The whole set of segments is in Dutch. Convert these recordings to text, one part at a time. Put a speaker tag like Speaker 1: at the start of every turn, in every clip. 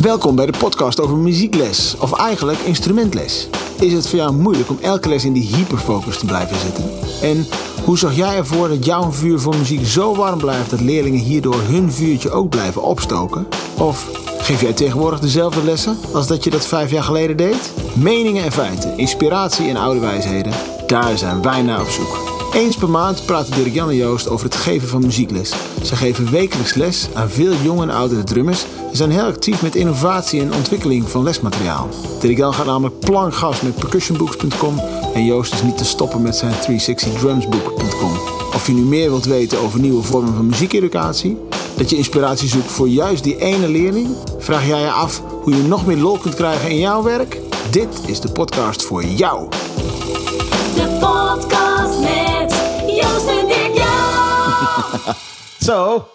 Speaker 1: Welkom bij de podcast over muziekles, of eigenlijk instrumentles. Is het voor jou moeilijk om elke les in die hyperfocus te blijven zitten? En hoe zorg jij ervoor dat jouw vuur voor muziek zo warm blijft dat leerlingen hierdoor hun vuurtje ook blijven opstoken? Of geef jij tegenwoordig dezelfde lessen als dat je dat vijf jaar geleden deed? Meningen en feiten, inspiratie en oude wijsheden, daar zijn wij naar op zoek. Eens per maand praten Dirk Jan en Joost over het geven van muziekles. Ze geven wekelijks les aan veel jonge en oudere drummers en zijn heel actief met innovatie en ontwikkeling van lesmateriaal. Dirk Jan gaat namelijk plankgas met percussionbooks.com en Joost is niet te stoppen met zijn 360drumsbook.com. Of je nu meer wilt weten over nieuwe vormen van muziekeducatie, dat je inspiratie zoekt voor juist die ene leerling, vraag jij je af hoe je nog meer lol kunt krijgen in jouw werk? Dit is de podcast voor jou.
Speaker 2: De podcast met Joost en Dirk Jan.
Speaker 1: Zo,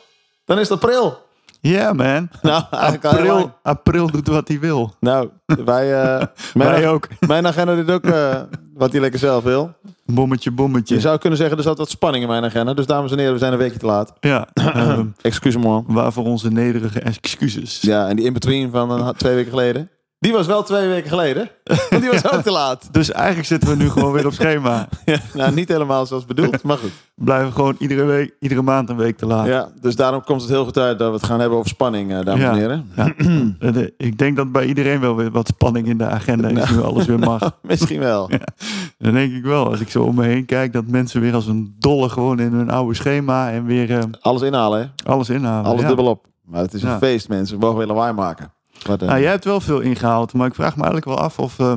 Speaker 1: dan is het april.
Speaker 3: Yeah, man.
Speaker 1: Nou, eigenlijk al heel lang.
Speaker 3: April, april doet wat hij wil.
Speaker 1: Nou, wij, eh mijn,
Speaker 3: Wij
Speaker 1: ag-
Speaker 3: ook.
Speaker 1: Mijn agenda doet ook eh, wat hij lekker zelf wil.
Speaker 3: Bommetje, bommetje.
Speaker 1: Je zou kunnen zeggen, er zat wat spanning in mijn agenda. Dus dames en heren, we zijn een weekje te laat.
Speaker 3: Ja. ehm,
Speaker 1: Excuus me.
Speaker 3: waarvoor onze nederige excuses.
Speaker 1: Ja, en die in-between van een- twee weken geleden. Die was wel twee weken geleden. Want die was ook te laat.
Speaker 3: Dus eigenlijk zitten we nu gewoon weer op schema.
Speaker 1: Nou, niet helemaal zoals bedoeld, maar goed.
Speaker 3: We Blijven gewoon iedere, week, iedere maand een week te laat.
Speaker 1: Ja, dus daarom komt het heel goed uit dat we het gaan hebben over spanning, eh, dames
Speaker 3: Ja.
Speaker 1: en heren.
Speaker 3: Ja. Eh, de- Ik denk dat bij iedereen wel weer wat spanning in de agenda
Speaker 1: Nou.
Speaker 3: is. Nu alles weer mag.
Speaker 1: Misschien wel.
Speaker 3: Dan denk ik wel, als ik zo om me heen kijk, dat mensen weer als een dolle gewoon in hun oude schema en weer eh,
Speaker 1: Alles inhalen, hè?
Speaker 3: alles inhalen.
Speaker 1: Alles
Speaker 3: ja.
Speaker 1: dubbelop. Maar het is een
Speaker 3: Ja.
Speaker 1: feest, mensen. We mogen weer lawaai maken. Wat, eh,
Speaker 3: Nou, jij hebt wel veel ingehaald, maar ik vraag me eigenlijk wel af of, eh,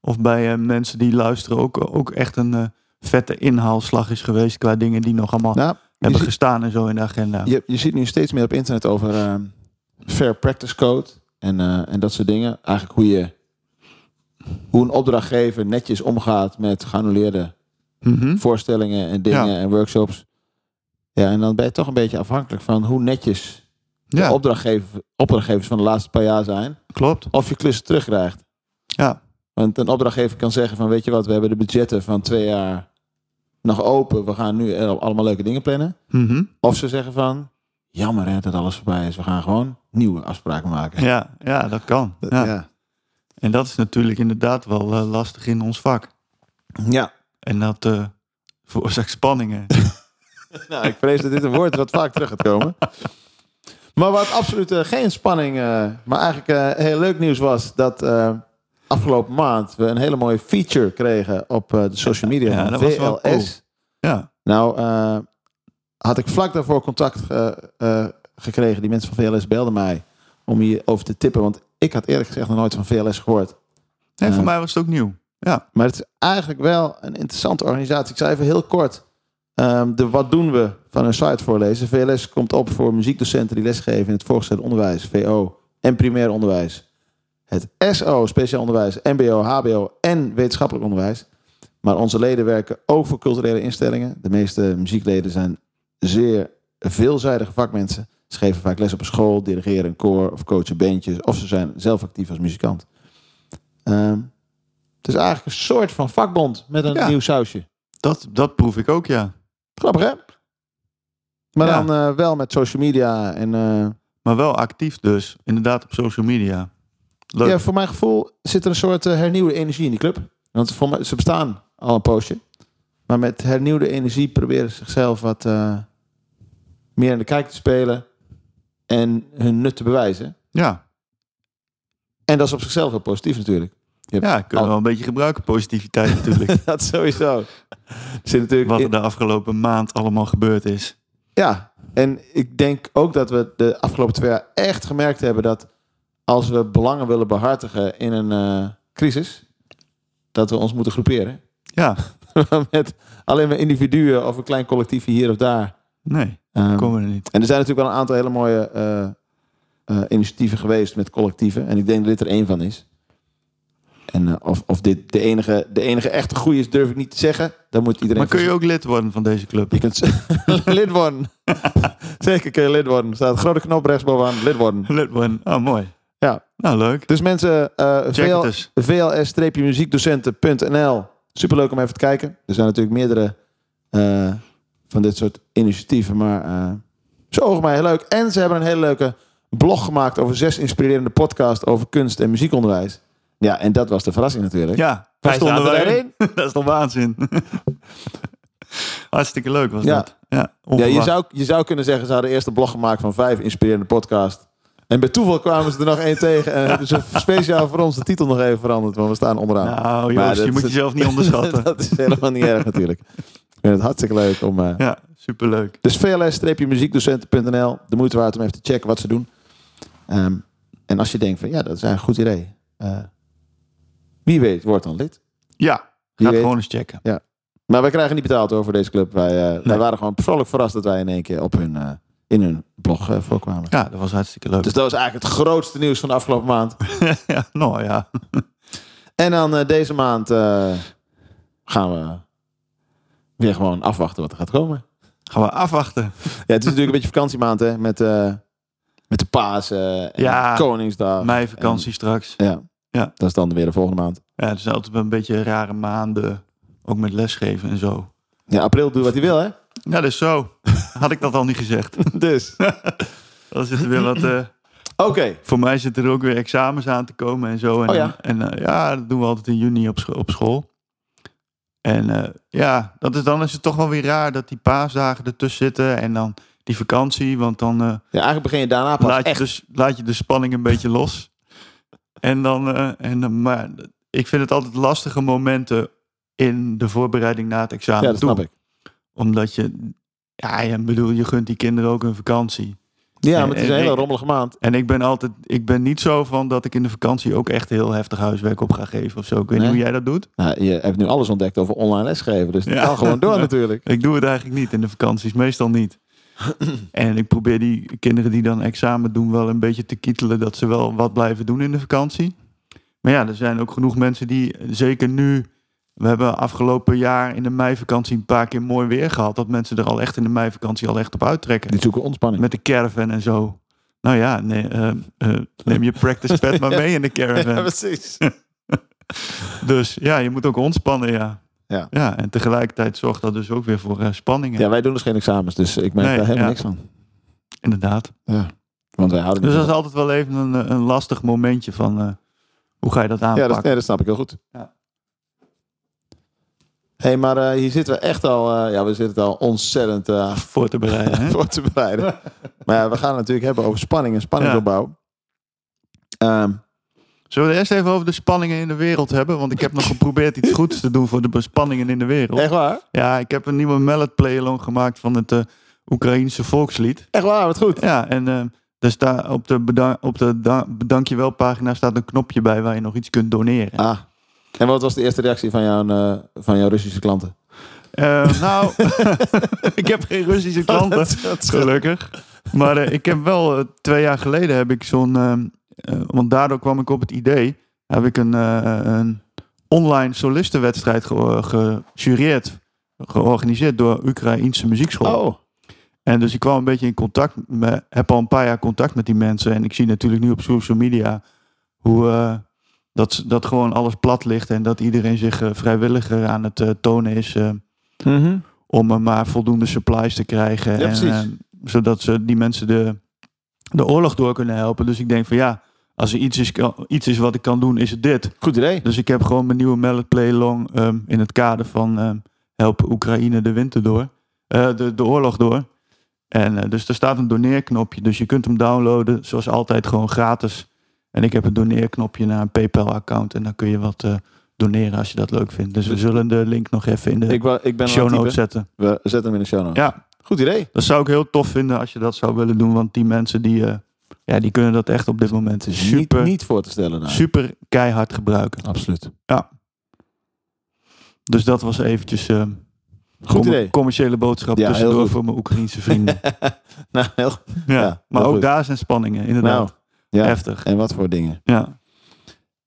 Speaker 3: of bij eh, mensen die luisteren ook, ook echt een eh, vette inhaalslag is geweest qua dingen die nog allemaal
Speaker 1: nou, je,
Speaker 3: hebben
Speaker 1: zi-
Speaker 3: gestaan en zo in de agenda.
Speaker 1: je, je ziet nu steeds meer op internet over eh, fair practice code en, eh, en dat soort dingen. Eigenlijk hoe je hoe een opdrachtgever netjes omgaat met geannuleerde
Speaker 3: Mhm.
Speaker 1: voorstellingen en dingen en workshops. Ja, en dan ben je toch een beetje afhankelijk van hoe netjes de
Speaker 3: Ja,
Speaker 1: opdrachtgever, opdrachtgevers van de laatste paar jaar zijn.
Speaker 3: klopt.
Speaker 1: Of je klussen terugkrijgt.
Speaker 3: Ja.
Speaker 1: Want een opdrachtgever kan zeggen van weet je wat, we hebben de budgetten van twee jaar nog open. We gaan nu eh, allemaal leuke dingen plannen.
Speaker 3: Mhm.
Speaker 1: Of ze zeggen van, jammer hè, dat alles voorbij is. We gaan gewoon nieuwe afspraken maken.
Speaker 3: ja, ja, dat kan. Ja.
Speaker 1: ja.
Speaker 3: En dat is natuurlijk inderdaad wel eh, lastig in ons vak.
Speaker 1: Ja.
Speaker 3: En dat eh, veroorzaakt spanningen.
Speaker 1: Nou, ik vrees dat dit een woord wat vaak terug gaat komen. Maar wat absoluut eh, geen spanning, eh, maar eigenlijk eh, heel leuk nieuws was dat eh, afgelopen maand we een hele mooie feature kregen op eh, de social media
Speaker 3: Ja,
Speaker 1: van
Speaker 3: dat was wel
Speaker 1: VLS.
Speaker 3: ja,
Speaker 1: Nou, eh, had ik vlak daarvoor contact eh, eh, gekregen. Die mensen van VLS belden mij om hierover te tippen. Want ik had eerlijk gezegd nog nooit van VLS gehoord.
Speaker 3: nee, voor
Speaker 1: Ja.
Speaker 3: mij was het ook nieuw. Ja,
Speaker 1: Maar het is eigenlijk wel een interessante organisatie. Ik zal even heel kort ehm, de Wat doen we van hun site voorlezen. VLS komt op voor muziekdocenten die lesgeven in het voorgezet onderwijs, VO en primair onderwijs. Het SO, speciaal onderwijs, MBO, HBO en wetenschappelijk onderwijs. Maar onze leden werken ook voor culturele instellingen. De meeste muziekleden zijn zeer veelzijdige vakmensen. Ze geven vaak les op een school, dirigeren een koor of coachen bandjes. Of ze zijn zelf actief als muzikant. Ehm, het is eigenlijk een soort van vakbond met een
Speaker 3: Ja.
Speaker 1: nieuw sausje.
Speaker 3: dat, dat proef ik ook, ja.
Speaker 1: Grappig, hè? Maar
Speaker 3: Ja.
Speaker 1: dan eh, wel met social media. En eh,
Speaker 3: Maar wel actief dus, inderdaad op social media. Leuk.
Speaker 1: ja, voor mijn gevoel zit er een soort eh, hernieuwde energie in die club. Want voor mij, ze bestaan al een poosje. Maar met hernieuwde energie proberen ze zichzelf wat eh, meer in de kijk te spelen. En hun nut te bewijzen.
Speaker 3: ja.
Speaker 1: En dat is op zichzelf heel positief natuurlijk.
Speaker 3: Ja, kunnen
Speaker 1: Al-
Speaker 3: we wel een beetje gebruiken, positiviteit natuurlijk.
Speaker 1: Dat sowieso. Er Zit natuurlijk
Speaker 3: Wat
Speaker 1: in-
Speaker 3: er de afgelopen maand allemaal gebeurd is.
Speaker 1: Ja, en ik denk ook dat we de afgelopen twee jaar echt gemerkt hebben dat als we belangen willen behartigen in een eh, crisis, dat we ons moeten groeperen.
Speaker 3: Ja,
Speaker 1: Met alleen maar individuen of een klein collectiefje hier of daar.
Speaker 3: nee,
Speaker 1: Ehm,
Speaker 3: komen we er niet.
Speaker 1: en er zijn natuurlijk wel een aantal hele mooie eh, eh, initiatieven geweest met collectieven. En ik denk dat dit er één van is. En eh, of, of dit de enige, de enige echte goede is, durf ik niet te zeggen. Dan moet iedereen
Speaker 3: Maar kun
Speaker 1: voor
Speaker 3: je ook lid worden van deze club?
Speaker 1: je kunt lid worden. Zeker kun je lid worden. Er staat een grote knop rechtsbovenaan. Lid worden.
Speaker 3: Lid worden, oh mooi.
Speaker 1: Ja.
Speaker 3: Nou, leuk.
Speaker 1: Dus mensen, eh
Speaker 3: Check
Speaker 1: VL,
Speaker 3: het dus. eens.
Speaker 1: vls-muziekdocenten.nl. Superleuk om even te kijken. Er zijn natuurlijk meerdere eh, van dit soort initiatieven. Maar eh, ze ogen mij heel leuk. En ze hebben een hele leuke blog gemaakt over zes inspirerende podcasts over kunst en muziekonderwijs. Ja, en dat was de verrassing natuurlijk.
Speaker 3: Ja, daar
Speaker 1: Wij
Speaker 3: stonden
Speaker 1: zaten
Speaker 3: wij
Speaker 1: daarin.
Speaker 3: in. dat is toch waanzin. Hartstikke leuk was
Speaker 1: Ja.
Speaker 3: dat. Ja,
Speaker 1: Ja, je,
Speaker 3: onverwacht.
Speaker 1: zou, je zou kunnen zeggen, ze hadden eerst een blog gemaakt van vijf inspirerende podcasts. En bij toeval kwamen ze er nog één tegen en hebben ze speciaal voor ons de titel nog even veranderd, want we staan onderaan.
Speaker 3: Nou
Speaker 1: Maar
Speaker 3: jongens, je
Speaker 1: dat-
Speaker 3: moet jezelf niet onderschatten.
Speaker 1: dat is helemaal niet erg natuurlijk. Ik vind het hartstikke leuk om... eh,
Speaker 3: ja, superleuk.
Speaker 1: Dus vls-muziekdocenten.nl, de moeite waard om even te checken wat ze doen. Ehm, en als je denkt van, ja, dat is eigenlijk een goed idee. Eh, wie weet, wordt dan lid.
Speaker 3: Ja, ga
Speaker 1: Wie
Speaker 3: het
Speaker 1: weet.
Speaker 3: gewoon eens checken.
Speaker 1: Maar wij krijgen niet betaald hoor voor deze club. Wij, eh, wij waren gewoon persoonlijk verrast dat wij in één keer op hun, eh, in hun blog eh, voorkwamen.
Speaker 3: Ja, dat was hartstikke leuk.
Speaker 1: Dus dat was eigenlijk het grootste nieuws van de afgelopen maand.
Speaker 3: ja, nou ja.
Speaker 1: En dan eh, deze maand eh, gaan we weer gewoon afwachten wat er gaat komen.
Speaker 3: Gaan we afwachten.
Speaker 1: Ja, het is natuurlijk een beetje vakantiemaand hè, met, eh, met de Pasen en
Speaker 3: Ja,
Speaker 1: Koningsdag.
Speaker 3: Mei
Speaker 1: en-
Speaker 3: vakantie straks.
Speaker 1: Ja.
Speaker 3: Ja.
Speaker 1: Dat is dan weer de volgende maand.
Speaker 3: Ja, het zijn altijd wel een beetje rare maanden. Ook met lesgeven en zo.
Speaker 1: Ja, april doet wat hij wil, hè?
Speaker 3: Ja, dat is zo. Had ik dat al niet gezegd.
Speaker 1: Dus.
Speaker 3: Dan zit er weer wat... eh,
Speaker 1: Oké.
Speaker 3: voor mij zitten er ook weer examens aan te komen en zo. En,
Speaker 1: Oh ja.
Speaker 3: en eh, ja, dat doen we altijd in juni op, scho- op school. En eh, ja, dat is, dan is het toch wel weer raar dat die paasdagen ertussen zitten. En dan die vakantie, want dan... eh,
Speaker 1: Ja, eigenlijk begin je daarna pas
Speaker 3: laat je,
Speaker 1: echt.
Speaker 3: dus, laat je de spanning een beetje los. En dan, eh, en dan, maar ik vind het altijd lastige momenten in de voorbereiding na het examen.
Speaker 1: ja, dat
Speaker 3: toe.
Speaker 1: snap ik.
Speaker 3: Omdat je, ja, ik bedoel, je gunt die kinderen ook een vakantie.
Speaker 1: Ja, maar het is
Speaker 3: en-
Speaker 1: een hele
Speaker 3: en-
Speaker 1: rommelige maand.
Speaker 3: En ik ben altijd, ik ben niet zo van dat ik in de vakantie ook echt heel heftig huiswerk op ga geven of zo. Ik
Speaker 1: Nee.
Speaker 3: weet niet hoe jij dat doet.
Speaker 1: Nou, je hebt nu alles ontdekt over online lesgeven, dus het
Speaker 3: Ja.
Speaker 1: kan gewoon door
Speaker 3: Ja.
Speaker 1: natuurlijk.
Speaker 3: Ik doe het eigenlijk niet in de vakanties, meestal niet. En ik probeer die kinderen die dan examen doen wel een beetje te kietelen dat ze wel wat blijven doen in de vakantie. Maar ja, er zijn ook genoeg mensen die, zeker nu, we hebben afgelopen jaar in de meivakantie een paar keer mooi weer gehad, dat mensen er al echt in de meivakantie al echt op uittrekken.
Speaker 1: Die zoeken ontspanning.
Speaker 3: Met de caravan en zo. Nou ja, nee, eh, eh, neem je practice pad maar mee in de
Speaker 1: Ja,
Speaker 3: caravan.
Speaker 1: precies.
Speaker 3: Dus ja, je moet ook ontspannen, ja.
Speaker 1: Ja.
Speaker 3: ja en tegelijkertijd zorgt dat dus ook weer voor eh, spanningen.
Speaker 1: Ja, wij doen dus geen examens, dus ik merk
Speaker 3: Nee,
Speaker 1: daar helemaal
Speaker 3: ja.
Speaker 1: niks van.
Speaker 3: Inderdaad.
Speaker 1: Want wij houden niet
Speaker 3: Dus dat is
Speaker 1: van-
Speaker 3: altijd wel even een, eh, een lastig momentje van eh, hoe ga je dat
Speaker 1: ja,
Speaker 3: aanpakken?
Speaker 1: dat, ja, dat snap ik heel goed.
Speaker 3: Ja.
Speaker 1: hey, maar eh, hier zitten we echt al... eh, ja, we zitten al ontzettend eh,
Speaker 3: Voor te bereiden. Hè?
Speaker 1: voor te bereiden. maar ja, we gaan het natuurlijk hebben over spanning en spanningsopbouw. Ehm,
Speaker 3: Zullen we het eerst even over de spanningen in de wereld hebben? Want ik heb nog geprobeerd iets goeds te doen voor de bespanningen in de wereld.
Speaker 1: echt waar?
Speaker 3: Ja, ik heb een nieuwe mallet playalong gemaakt van het eh Oekraïense volkslied.
Speaker 1: Echt waar, wat goed.
Speaker 3: Ja, en eh daar staat op de, bedan- op de da- bedank je wel pagina staat een knopje bij waar je nog iets kunt doneren.
Speaker 1: Ah. En wat was de eerste reactie van jouw, eh, van jouw Russische klanten?
Speaker 3: Eh, nou, ik heb geen Russische klanten. Gelukkig. Maar eh, ik heb wel eh, twee jaar geleden heb ik zo'n. ehm, eh, want daardoor kwam ik op het idee. Heb ik een, eh, een online solistenwedstrijd ge- gejureerd. Georganiseerd door Oekraïense muziekschool.
Speaker 1: Oh,
Speaker 3: En dus ik kwam een beetje in contact. Met, heb al een paar jaar contact met die mensen. En ik zie natuurlijk nu op social media hoe eh, dat, ze- dat gewoon alles plat ligt. En dat iedereen zich eh, vrijwilliger aan het eh, tonen is. eh,
Speaker 1: Mhm.
Speaker 3: om eh, maar voldoende supplies te krijgen.
Speaker 1: Ja,
Speaker 3: en,
Speaker 1: precies.
Speaker 3: eh, zodat ze die mensen de, de oorlog door kunnen helpen. Dus ik denk van ja, als er iets is, kan- iets is wat ik kan doen, is het dit.
Speaker 1: goed idee.
Speaker 3: Dus ik heb gewoon mijn nieuwe mallet playlong ehm in het kader van ehm, help Oekraïne de winter door. eh, de, de oorlog door. En eh, dus er staat een doneerknopje. Dus je kunt hem downloaden, zoals altijd, gewoon gratis. En ik heb een doneerknopje naar een PayPal-account. En dan kun je wat eh, doneren als je dat leuk vindt. Dus we zullen de link nog even in de
Speaker 1: Ik, wa- ik ben
Speaker 3: show
Speaker 1: show
Speaker 3: notes zetten.
Speaker 1: We zetten hem in de show notes.
Speaker 3: Ja,
Speaker 1: Goed idee.
Speaker 3: dat zou ik heel tof vinden als je dat zou willen doen. Want die mensen die, eh, ja, die kunnen dat echt op dit moment super,
Speaker 1: Niet, niet voor te stellen. Nou.
Speaker 3: super keihard gebruiken.
Speaker 1: Absoluut.
Speaker 3: Dus dat was eventjes eh comm-
Speaker 1: idee.
Speaker 3: commerciële boodschap
Speaker 1: Ja, heel
Speaker 3: tussendoor
Speaker 1: goed.
Speaker 3: voor mijn Oekraïense vrienden.
Speaker 1: nou, heel
Speaker 3: ja,
Speaker 1: Ja,
Speaker 3: maar
Speaker 1: heel
Speaker 3: ook
Speaker 1: goed.
Speaker 3: daar zijn spanningen, inderdaad.
Speaker 1: Nou, ja.
Speaker 3: Heftig.
Speaker 1: En wat voor dingen.
Speaker 3: Ja.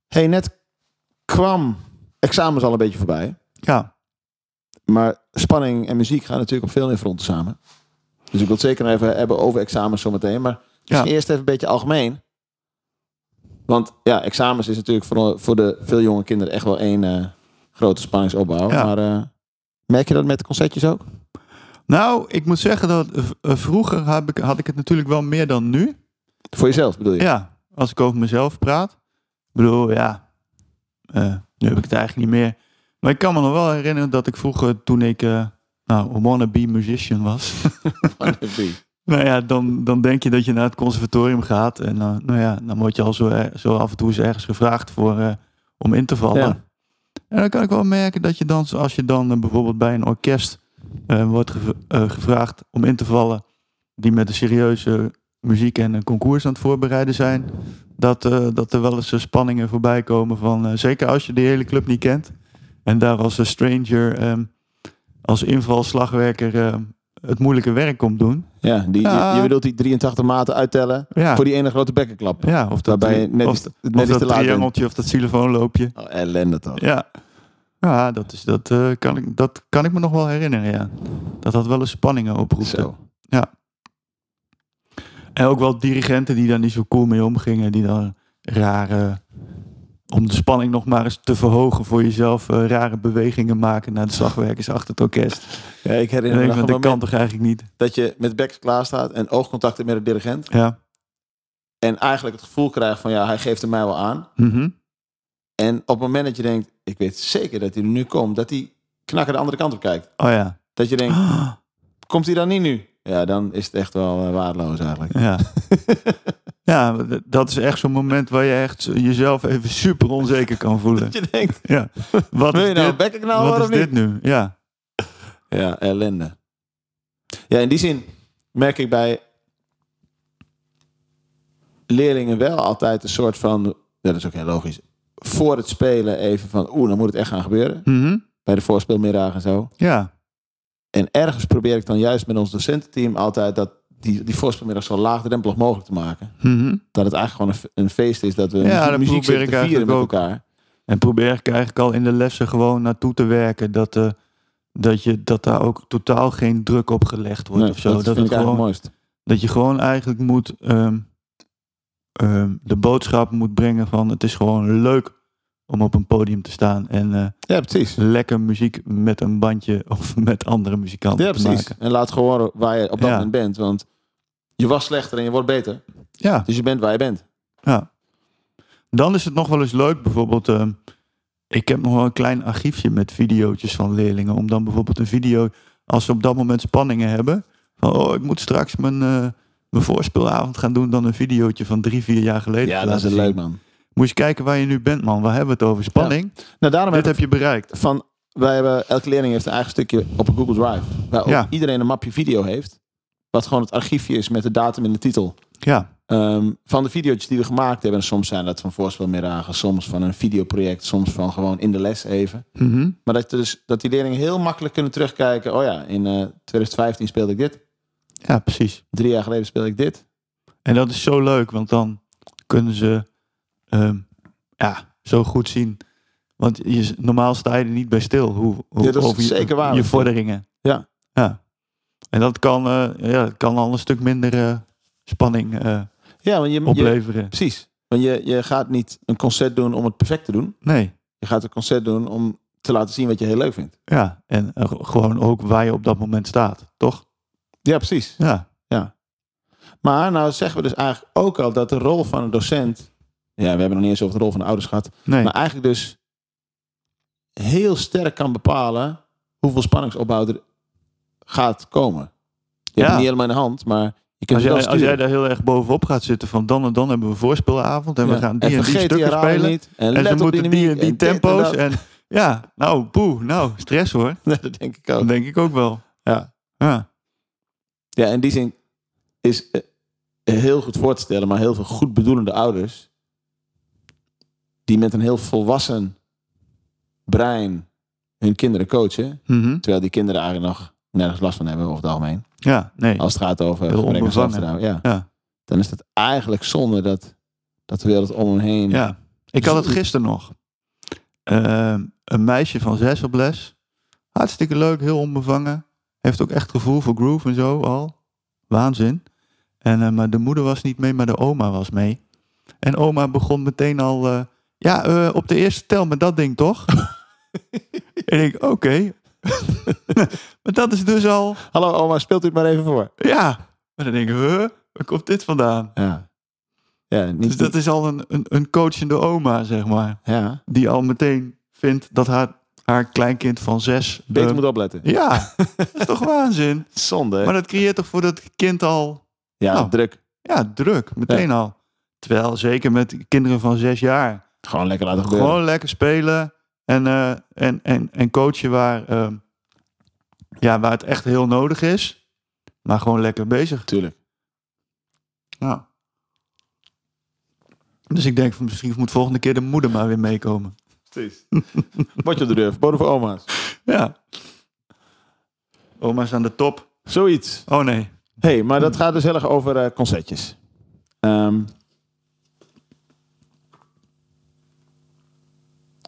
Speaker 1: hey, net kwam examens al een beetje voorbij.
Speaker 3: ja,
Speaker 1: Maar spanning en muziek gaan natuurlijk op veel meer fronten samen. Dus ik wil het zeker nog even hebben over examens zometeen. Maar misschien eerst even een beetje algemeen. Want ja, examens is natuurlijk voor, voor de veel jonge kinderen echt wel één eh, grote spanningsopbouw.
Speaker 3: Ja.
Speaker 1: Maar eh, merk je dat met concertjes ook?
Speaker 3: Nou, ik moet zeggen dat eh, v- eh, vroeger had ik, had ik het natuurlijk wel meer dan nu.
Speaker 1: Voor jezelf bedoel je?
Speaker 3: Ja, als ik over mezelf praat. Ik bedoel, ja, eh, nu heb ik het eigenlijk niet meer. Maar ik kan me nog wel herinneren dat ik vroeger, toen ik eh nou, wannabe musician was. nou ja, dan, dan denk je dat je naar het conservatorium gaat. En eh, nou ja, dan word je al zo, er- zo af en toe eens ergens gevraagd voor, eh, om in te vallen.
Speaker 1: Ja.
Speaker 3: En dan kan ik wel merken dat je dan, als je dan eh, bijvoorbeeld bij een orkest eh, wordt gevra- eh, gevraagd om in te vallen, die met een serieuze muziek en een concours aan het voorbereiden zijn, dat, eh, dat er wel eens eh, spanningen voorbij komen van, eh, zeker als je de hele club niet kent, en daar als een stranger, ehm, als invalslagwerker, ehm, het moeilijke werk komt doen.
Speaker 1: Ja, die,
Speaker 3: Ja.
Speaker 1: Je, je bedoelt die 83 maten uittellen
Speaker 3: Ja,
Speaker 1: voor die ene grote bekkenklap.
Speaker 3: ja of dat,
Speaker 1: waarbij je
Speaker 3: tri-
Speaker 1: net,
Speaker 3: of,
Speaker 1: iets-
Speaker 3: of
Speaker 1: net iets
Speaker 3: dat
Speaker 1: te laat bent.
Speaker 3: triangeltje of dat xylofoonloopje.
Speaker 1: Oh, ellende toch.
Speaker 3: Ja, ja dat, is, dat, eh, kan ik, dat kan ik me nog wel herinneren, ja. Dat dat wel eens spanningen oproept.
Speaker 1: Zo.
Speaker 3: En ook wel dirigenten die daar niet zo cool mee omgingen. Die dan rare, om de spanning nog maar eens te verhogen voor jezelf, eh, rare bewegingen maken naar de slagwerkers achter het orkest.
Speaker 1: Ja, ik
Speaker 3: En
Speaker 1: herinner me
Speaker 3: ik denk,
Speaker 1: nog
Speaker 3: dat
Speaker 1: een
Speaker 3: kan
Speaker 1: moment
Speaker 3: toch eigenlijk niet?
Speaker 1: dat je met bek klaar staat en oogcontact hebt met de dirigent.
Speaker 3: Ja.
Speaker 1: En eigenlijk het gevoel krijgt van ja, hij geeft er mij wel aan.
Speaker 3: Mhm.
Speaker 1: En op het moment dat je denkt, ik weet zeker dat hij er nu komt, dat hij knakker de andere kant op kijkt.
Speaker 3: Oh ja.
Speaker 1: Dat je denkt, komt hij dan niet nu? Ja, dan is het echt wel eh, waardeloos eigenlijk.
Speaker 3: Ja. ja, d- dat is echt zo'n moment waar je echt jezelf even super onzeker kan voelen.
Speaker 1: Dat je denkt,
Speaker 3: Ja. Wat
Speaker 1: wil
Speaker 3: is
Speaker 1: je nou
Speaker 3: dit?
Speaker 1: bekken knallen
Speaker 3: Wat
Speaker 1: worden
Speaker 3: is
Speaker 1: of niet?
Speaker 3: dit nu? Ja.
Speaker 1: Ja, ellende. Ja, in die zin merk ik bij leerlingen wel altijd een soort van, ja, dat is ook heel logisch, voor het spelen even van, oeh, dan moet het echt gaan gebeuren.
Speaker 3: Mhm.
Speaker 1: Bij de voorspeelmiddag en zo.
Speaker 3: Ja.
Speaker 1: En ergens probeer ik dan juist met ons docententeam altijd dat die, die voorspelmiddag zo laagdrempelig mogelijk te maken.
Speaker 3: Mhm.
Speaker 1: Dat het eigenlijk gewoon een, fe- een feest is dat we
Speaker 3: Ja,
Speaker 1: muziek,
Speaker 3: dat
Speaker 1: muziek
Speaker 3: probeer
Speaker 1: zitten
Speaker 3: ik
Speaker 1: te vieren
Speaker 3: eigenlijk
Speaker 1: met
Speaker 3: ook.
Speaker 1: elkaar.
Speaker 3: En probeer ik eigenlijk al in de lessen gewoon naartoe te werken dat, eh, dat, je, dat daar ook totaal geen druk op gelegd wordt
Speaker 1: Nee,
Speaker 3: of zo.
Speaker 1: dat, vind
Speaker 3: het
Speaker 1: ik eigenlijk het
Speaker 3: gewoon,
Speaker 1: mooist.
Speaker 3: dat je gewoon eigenlijk moet ehm, ehm, de boodschap moet brengen van het is gewoon leuk om op een podium te staan en eh,
Speaker 1: Ja, precies.
Speaker 3: lekker muziek met een bandje of met andere muzikanten
Speaker 1: Ja,
Speaker 3: te
Speaker 1: precies.
Speaker 3: maken.
Speaker 1: En laat gewoon horen waar je op dat
Speaker 3: Ja.
Speaker 1: moment bent. Want je was slechter en je wordt beter.
Speaker 3: Ja,
Speaker 1: Dus je bent waar je bent.
Speaker 3: dan is het nog wel eens leuk bijvoorbeeld. ehm, ik heb nog wel een klein archiefje met videootjes van leerlingen. Om dan bijvoorbeeld een video, als ze op dat moment spanningen hebben. Van, oh, ik moet straks mijn, eh, mijn voorspeelavond gaan doen. Dan een videootje van drie, vier jaar geleden.
Speaker 1: Ja,
Speaker 3: te
Speaker 1: dat is
Speaker 3: laten
Speaker 1: een
Speaker 3: zien.
Speaker 1: leuk man.
Speaker 3: Moet je kijken waar je nu bent, man. Waar hebben we het over? Spanning?
Speaker 1: Nou, daarom
Speaker 3: Dit
Speaker 1: heb ik
Speaker 3: heb je bereikt.
Speaker 1: van... Wij hebben, elke leerling heeft een eigen stukje op een Google Drive. Waar ook
Speaker 3: Ja.
Speaker 1: iedereen een mapje video heeft. Wat gewoon het archiefje is met de datum en de titel.
Speaker 3: Ja,
Speaker 1: Ehm, van de video's die we gemaakt hebben. En soms zijn dat van voorspelmiddagen. Soms van een videoproject. Soms van gewoon in de les even.
Speaker 3: Mhm.
Speaker 1: Maar dat, je dus, dat die leerlingen heel makkelijk kunnen terugkijken. Oh ja, in eh, 2015 speelde ik dit.
Speaker 3: ja precies.
Speaker 1: Drie jaar geleden speelde ik dit.
Speaker 3: En dat is zo leuk, want dan kunnen ze ehm, ja, zo goed zien. Want je, normaal sta je er niet bij stil. Hoe, hoe,
Speaker 1: Ja, dat is
Speaker 3: over je,
Speaker 1: zeker waar.
Speaker 3: Je vorderingen.
Speaker 1: Ja.
Speaker 3: ja. En dat kan, eh, ja, dat kan al een stuk minder eh, spanning eh,
Speaker 1: Ja, want je, je,
Speaker 3: opleveren.
Speaker 1: Precies. Want je, je gaat niet een concert doen om het perfect te doen.
Speaker 3: Nee.
Speaker 1: Je gaat een concert doen om te laten zien wat je heel leuk vindt.
Speaker 3: Ja. En eh, gewoon ook waar je op dat moment staat. Toch?
Speaker 1: Ja, precies.
Speaker 3: Ja.
Speaker 1: Maar nou zeggen we dus eigenlijk ook al dat de rol van een docent... Ja, we hebben nog niet eens over de rol van de ouders gehad.
Speaker 3: Nee.
Speaker 1: Maar eigenlijk dus heel sterk kan bepalen hoeveel spanningsopbouw er gaat komen. Je hebt
Speaker 3: Ja.
Speaker 1: het niet helemaal in de hand, maar je kunt het wel
Speaker 3: als, jij, als jij
Speaker 1: sturen.
Speaker 3: daar heel erg bovenop gaat zitten van dan en dan hebben we voorspelavond en we
Speaker 1: Ja.
Speaker 3: gaan die en, die
Speaker 1: vergeet
Speaker 3: stukken
Speaker 1: herhaling
Speaker 3: spelen.
Speaker 1: niet. En,
Speaker 3: En
Speaker 1: let
Speaker 3: ze
Speaker 1: op
Speaker 3: moeten
Speaker 1: dynamiek
Speaker 3: die en die
Speaker 1: dit en
Speaker 3: tempo's.
Speaker 1: dat.
Speaker 3: en ja, nou, poeh, nou, stress hoor.
Speaker 1: dat denk ik ook.
Speaker 3: Dat denk ik ook wel.
Speaker 1: Oh. Ja.
Speaker 3: Ja,
Speaker 1: Ja, in die zin is eh, heel goed voor te stellen, maar heel veel goed bedoelende ouders. die met een heel volwassen brein hun kinderen coachen.
Speaker 3: Mhm.
Speaker 1: terwijl die kinderen eigenlijk nog nergens last van hebben over het algemeen.
Speaker 3: ja nee.
Speaker 1: Als het gaat over
Speaker 3: Heel
Speaker 1: gebrek aan
Speaker 3: onbevangen.
Speaker 1: zelfvertrouwen. Ja.
Speaker 3: Ja.
Speaker 1: Dan is het eigenlijk zonde dat, dat de wereld om hen heen.
Speaker 3: Ja. Ik had het gisteren nog. Ehm, een meisje van zes op les. Hartstikke leuk, heel onbevangen. Heeft ook echt gevoel voor groove en zo al. Waanzin. En, eh, maar de moeder was niet mee, maar de oma was mee. En oma begon meteen al... eh, ja, eh, op de eerste tel met dat ding toch? en ik, oké. maar dat is dus al...
Speaker 1: Hallo oma, speelt u het maar even voor.
Speaker 3: Ja. Maar dan denk ik, huh? waar komt dit vandaan?
Speaker 1: Ja. Ja, niet,
Speaker 3: Dus dat is al een, een, een coachende oma, zeg maar.
Speaker 1: ja.
Speaker 3: Die al meteen vindt dat haar, haar kleinkind van zes...
Speaker 1: beter
Speaker 3: eh,
Speaker 1: moet opletten.
Speaker 3: Ja, dat is toch waanzin?
Speaker 1: Zonde. hè?
Speaker 3: Maar dat creëert toch voor dat kind al
Speaker 1: ja,
Speaker 3: nou.
Speaker 1: druk.
Speaker 3: ja, druk, meteen al. Terwijl zeker met kinderen van zes jaar...
Speaker 1: Gewoon lekker laten gebeuren.
Speaker 3: Gewoon lekker spelen en, eh, en, en, en coachen waar, ehm, ja, waar het echt heel nodig is. Maar gewoon lekker bezig.
Speaker 1: Tuurlijk.
Speaker 3: Ja. Dus ik denk, van, misschien moet volgende keer de moeder maar weer meekomen.
Speaker 1: Precies. Bordje op de deur. Verboden voor oma's.
Speaker 3: Ja. Oma's aan de top.
Speaker 1: Zoiets.
Speaker 3: Oh nee.
Speaker 1: Hé, hey, maar dat gaat dus heel erg over eh, concertjes. Ehm,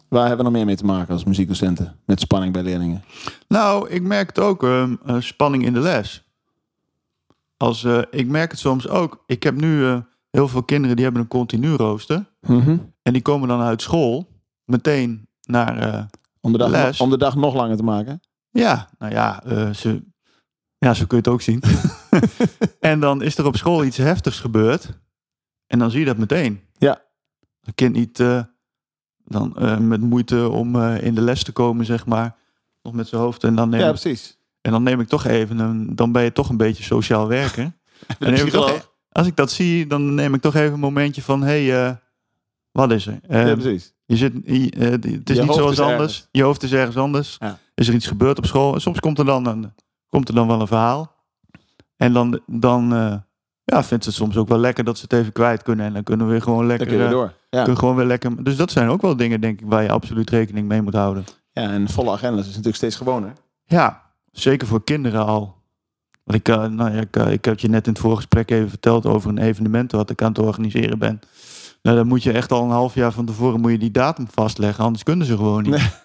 Speaker 1: waar hebben we nog meer mee te maken als muziekdocenten? Met spanning bij leerlingen.
Speaker 3: Nou, ik merk het ook, ehm, eh, spanning in de les. Als, eh, ik merk het soms ook. Ik heb nu eh, heel veel kinderen die hebben een continu rooster. En die komen dan uit school meteen naar... eh,
Speaker 1: om, de dag,
Speaker 3: Les.
Speaker 1: om de dag nog langer te maken.
Speaker 3: Ja, nou ja, eh, ze, ja, zo kun je het ook zien. en dan is er op school iets heftigs gebeurd. En dan zie je dat meteen.
Speaker 1: Ja.
Speaker 3: Een kind niet eh, dan eh, met moeite om eh, in de les te komen, zeg maar. Nog met zijn hoofd. En dan, neem,
Speaker 1: Ja, precies.
Speaker 3: en dan neem ik toch even een... Dan ben je toch een beetje sociaal werker. En neem ik toch
Speaker 1: psycholoog.
Speaker 3: e- als ik dat zie, dan neem ik toch even een momentje van... Hé, hey, eh, wat is er? Eh,
Speaker 1: Ja, precies.
Speaker 3: je zit, je- eh, die- het is
Speaker 1: Je
Speaker 3: niet
Speaker 1: hoofd
Speaker 3: zoals
Speaker 1: is
Speaker 3: anders.
Speaker 1: ergens.
Speaker 3: Je hoofd is ergens anders.
Speaker 1: Ja.
Speaker 3: Is er iets gebeurd op school? En soms komt er dan, een, komt er dan wel een verhaal. En dan, dan eh, ja, vindt ze het soms ook wel lekker dat ze het even kwijt kunnen. En dan kunnen we weer gewoon lekker.
Speaker 1: Dan kun je weer
Speaker 3: eh,
Speaker 1: door. Ja.
Speaker 3: kunnen gewoon weer lekker. Dus dat zijn ook wel dingen, denk ik, waar je absoluut rekening mee moet houden.
Speaker 1: ja, en volle agendas is natuurlijk steeds gewoner.
Speaker 3: Ja, zeker voor kinderen al. Want ik, eh, nou ja, ik, eh, ik heb het je net in het voorgesprek even verteld over een evenement wat ik aan het organiseren ben. Nou, dan moet je echt al een half jaar van tevoren moet je die datum vastleggen, anders kunnen ze gewoon niet.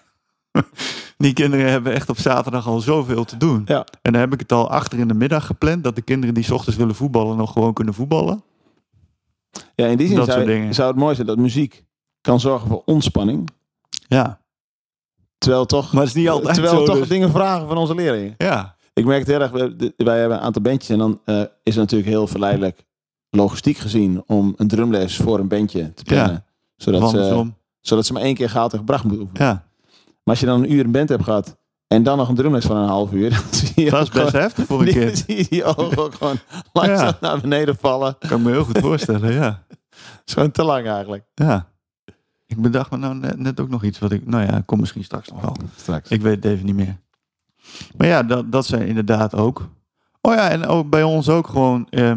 Speaker 3: Die kinderen hebben echt op zaterdag al zoveel te doen.
Speaker 1: Ja.
Speaker 3: En dan heb ik het al achter in de middag gepland, dat de kinderen die 's ochtends willen voetballen nog gewoon kunnen voetballen.
Speaker 1: Ja, in die zin
Speaker 3: Dat
Speaker 1: zou,
Speaker 3: soort dingen.
Speaker 1: zou het mooi zijn dat muziek kan zorgen voor ontspanning.
Speaker 3: Ja,
Speaker 1: Terwijl toch,
Speaker 3: maar het is niet altijd
Speaker 1: terwijl
Speaker 3: zo.
Speaker 1: toch
Speaker 3: dus-
Speaker 1: dingen vragen van onze leerlingen.
Speaker 3: Ja,
Speaker 1: Ik merk het heel erg, we- de- wij hebben een aantal bandjes en dan eh, is het natuurlijk heel verleidelijk, logistiek gezien, om een drumles voor een bandje te plannen. Zodat,
Speaker 3: of
Speaker 1: ze,
Speaker 3: andersom.
Speaker 1: zodat ze maar één keer gehaald en gebracht moeten oefenen.
Speaker 3: eh, Ja,
Speaker 1: Maar als je dan een uur een band hebt gehad en dan nog een drumles van een half uur, dan zie je,
Speaker 3: dat
Speaker 1: ook
Speaker 3: is best
Speaker 1: gewoon,
Speaker 3: heftig voor een
Speaker 1: die,
Speaker 3: kind.
Speaker 1: zie je die ogen ook gewoon langzaam
Speaker 3: Ja.
Speaker 1: naar beneden vallen.
Speaker 3: kan ik me heel goed voorstellen, ja.
Speaker 1: Het is gewoon te lang eigenlijk.
Speaker 3: Ja. Ik bedacht me nou net, net ook nog iets wat ik... Nou ja, kom misschien straks nog wel.
Speaker 1: Straks.
Speaker 3: Ik weet het even niet meer. Maar ja, dat, dat zijn inderdaad ook. Oh ja, en ook bij ons ook gewoon eh,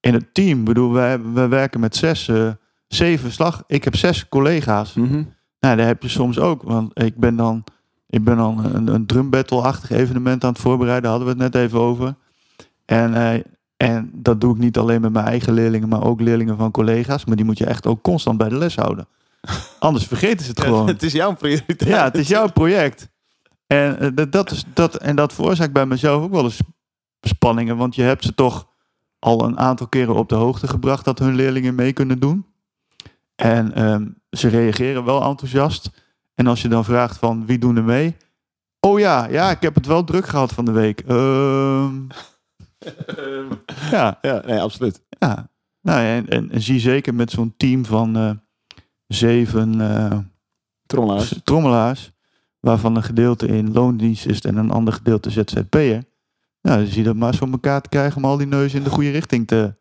Speaker 3: in het team. Ik bedoel, wij, wij werken met zes, eh, zeven slag... Ik heb zes collega's.
Speaker 1: Mhm.
Speaker 3: Nou, daar heb je soms ook. Want ik ben dan, ik ben dan een, een drumbattle-achtig evenement aan het voorbereiden. Daar hadden we het net even over. En, eh, en dat doe ik niet alleen met mijn eigen leerlingen, maar ook leerlingen van collega's. Maar die moet je echt ook constant bij de les houden. Anders vergeten ze het gewoon.
Speaker 1: Het is jouw prioriteit.
Speaker 3: Ja, het is jouw project. En, eh, dat- dat, is, dat, en dat veroorzaakt bij mezelf ook wel eens spanningen. Want je hebt ze toch al een aantal keren op de hoogte gebracht dat hun leerlingen mee kunnen doen. En ehm, ze reageren wel enthousiast. En als je dan vraagt van wie doen er mee? Oh ja, ja, ik heb het wel druk gehad van de week. Ehm, ja.
Speaker 1: Ja, nee, absoluut.
Speaker 3: Ja, nou, ja, en, en, en zie zeker met zo'n team van eh, zeven eh,
Speaker 1: Trommelaars.
Speaker 3: trommelaars, waarvan een gedeelte in loondienst is en een ander gedeelte ZZP'er. Nou, dan zie je dat maar eens voor elkaar te krijgen om al die neus in de goede richting te...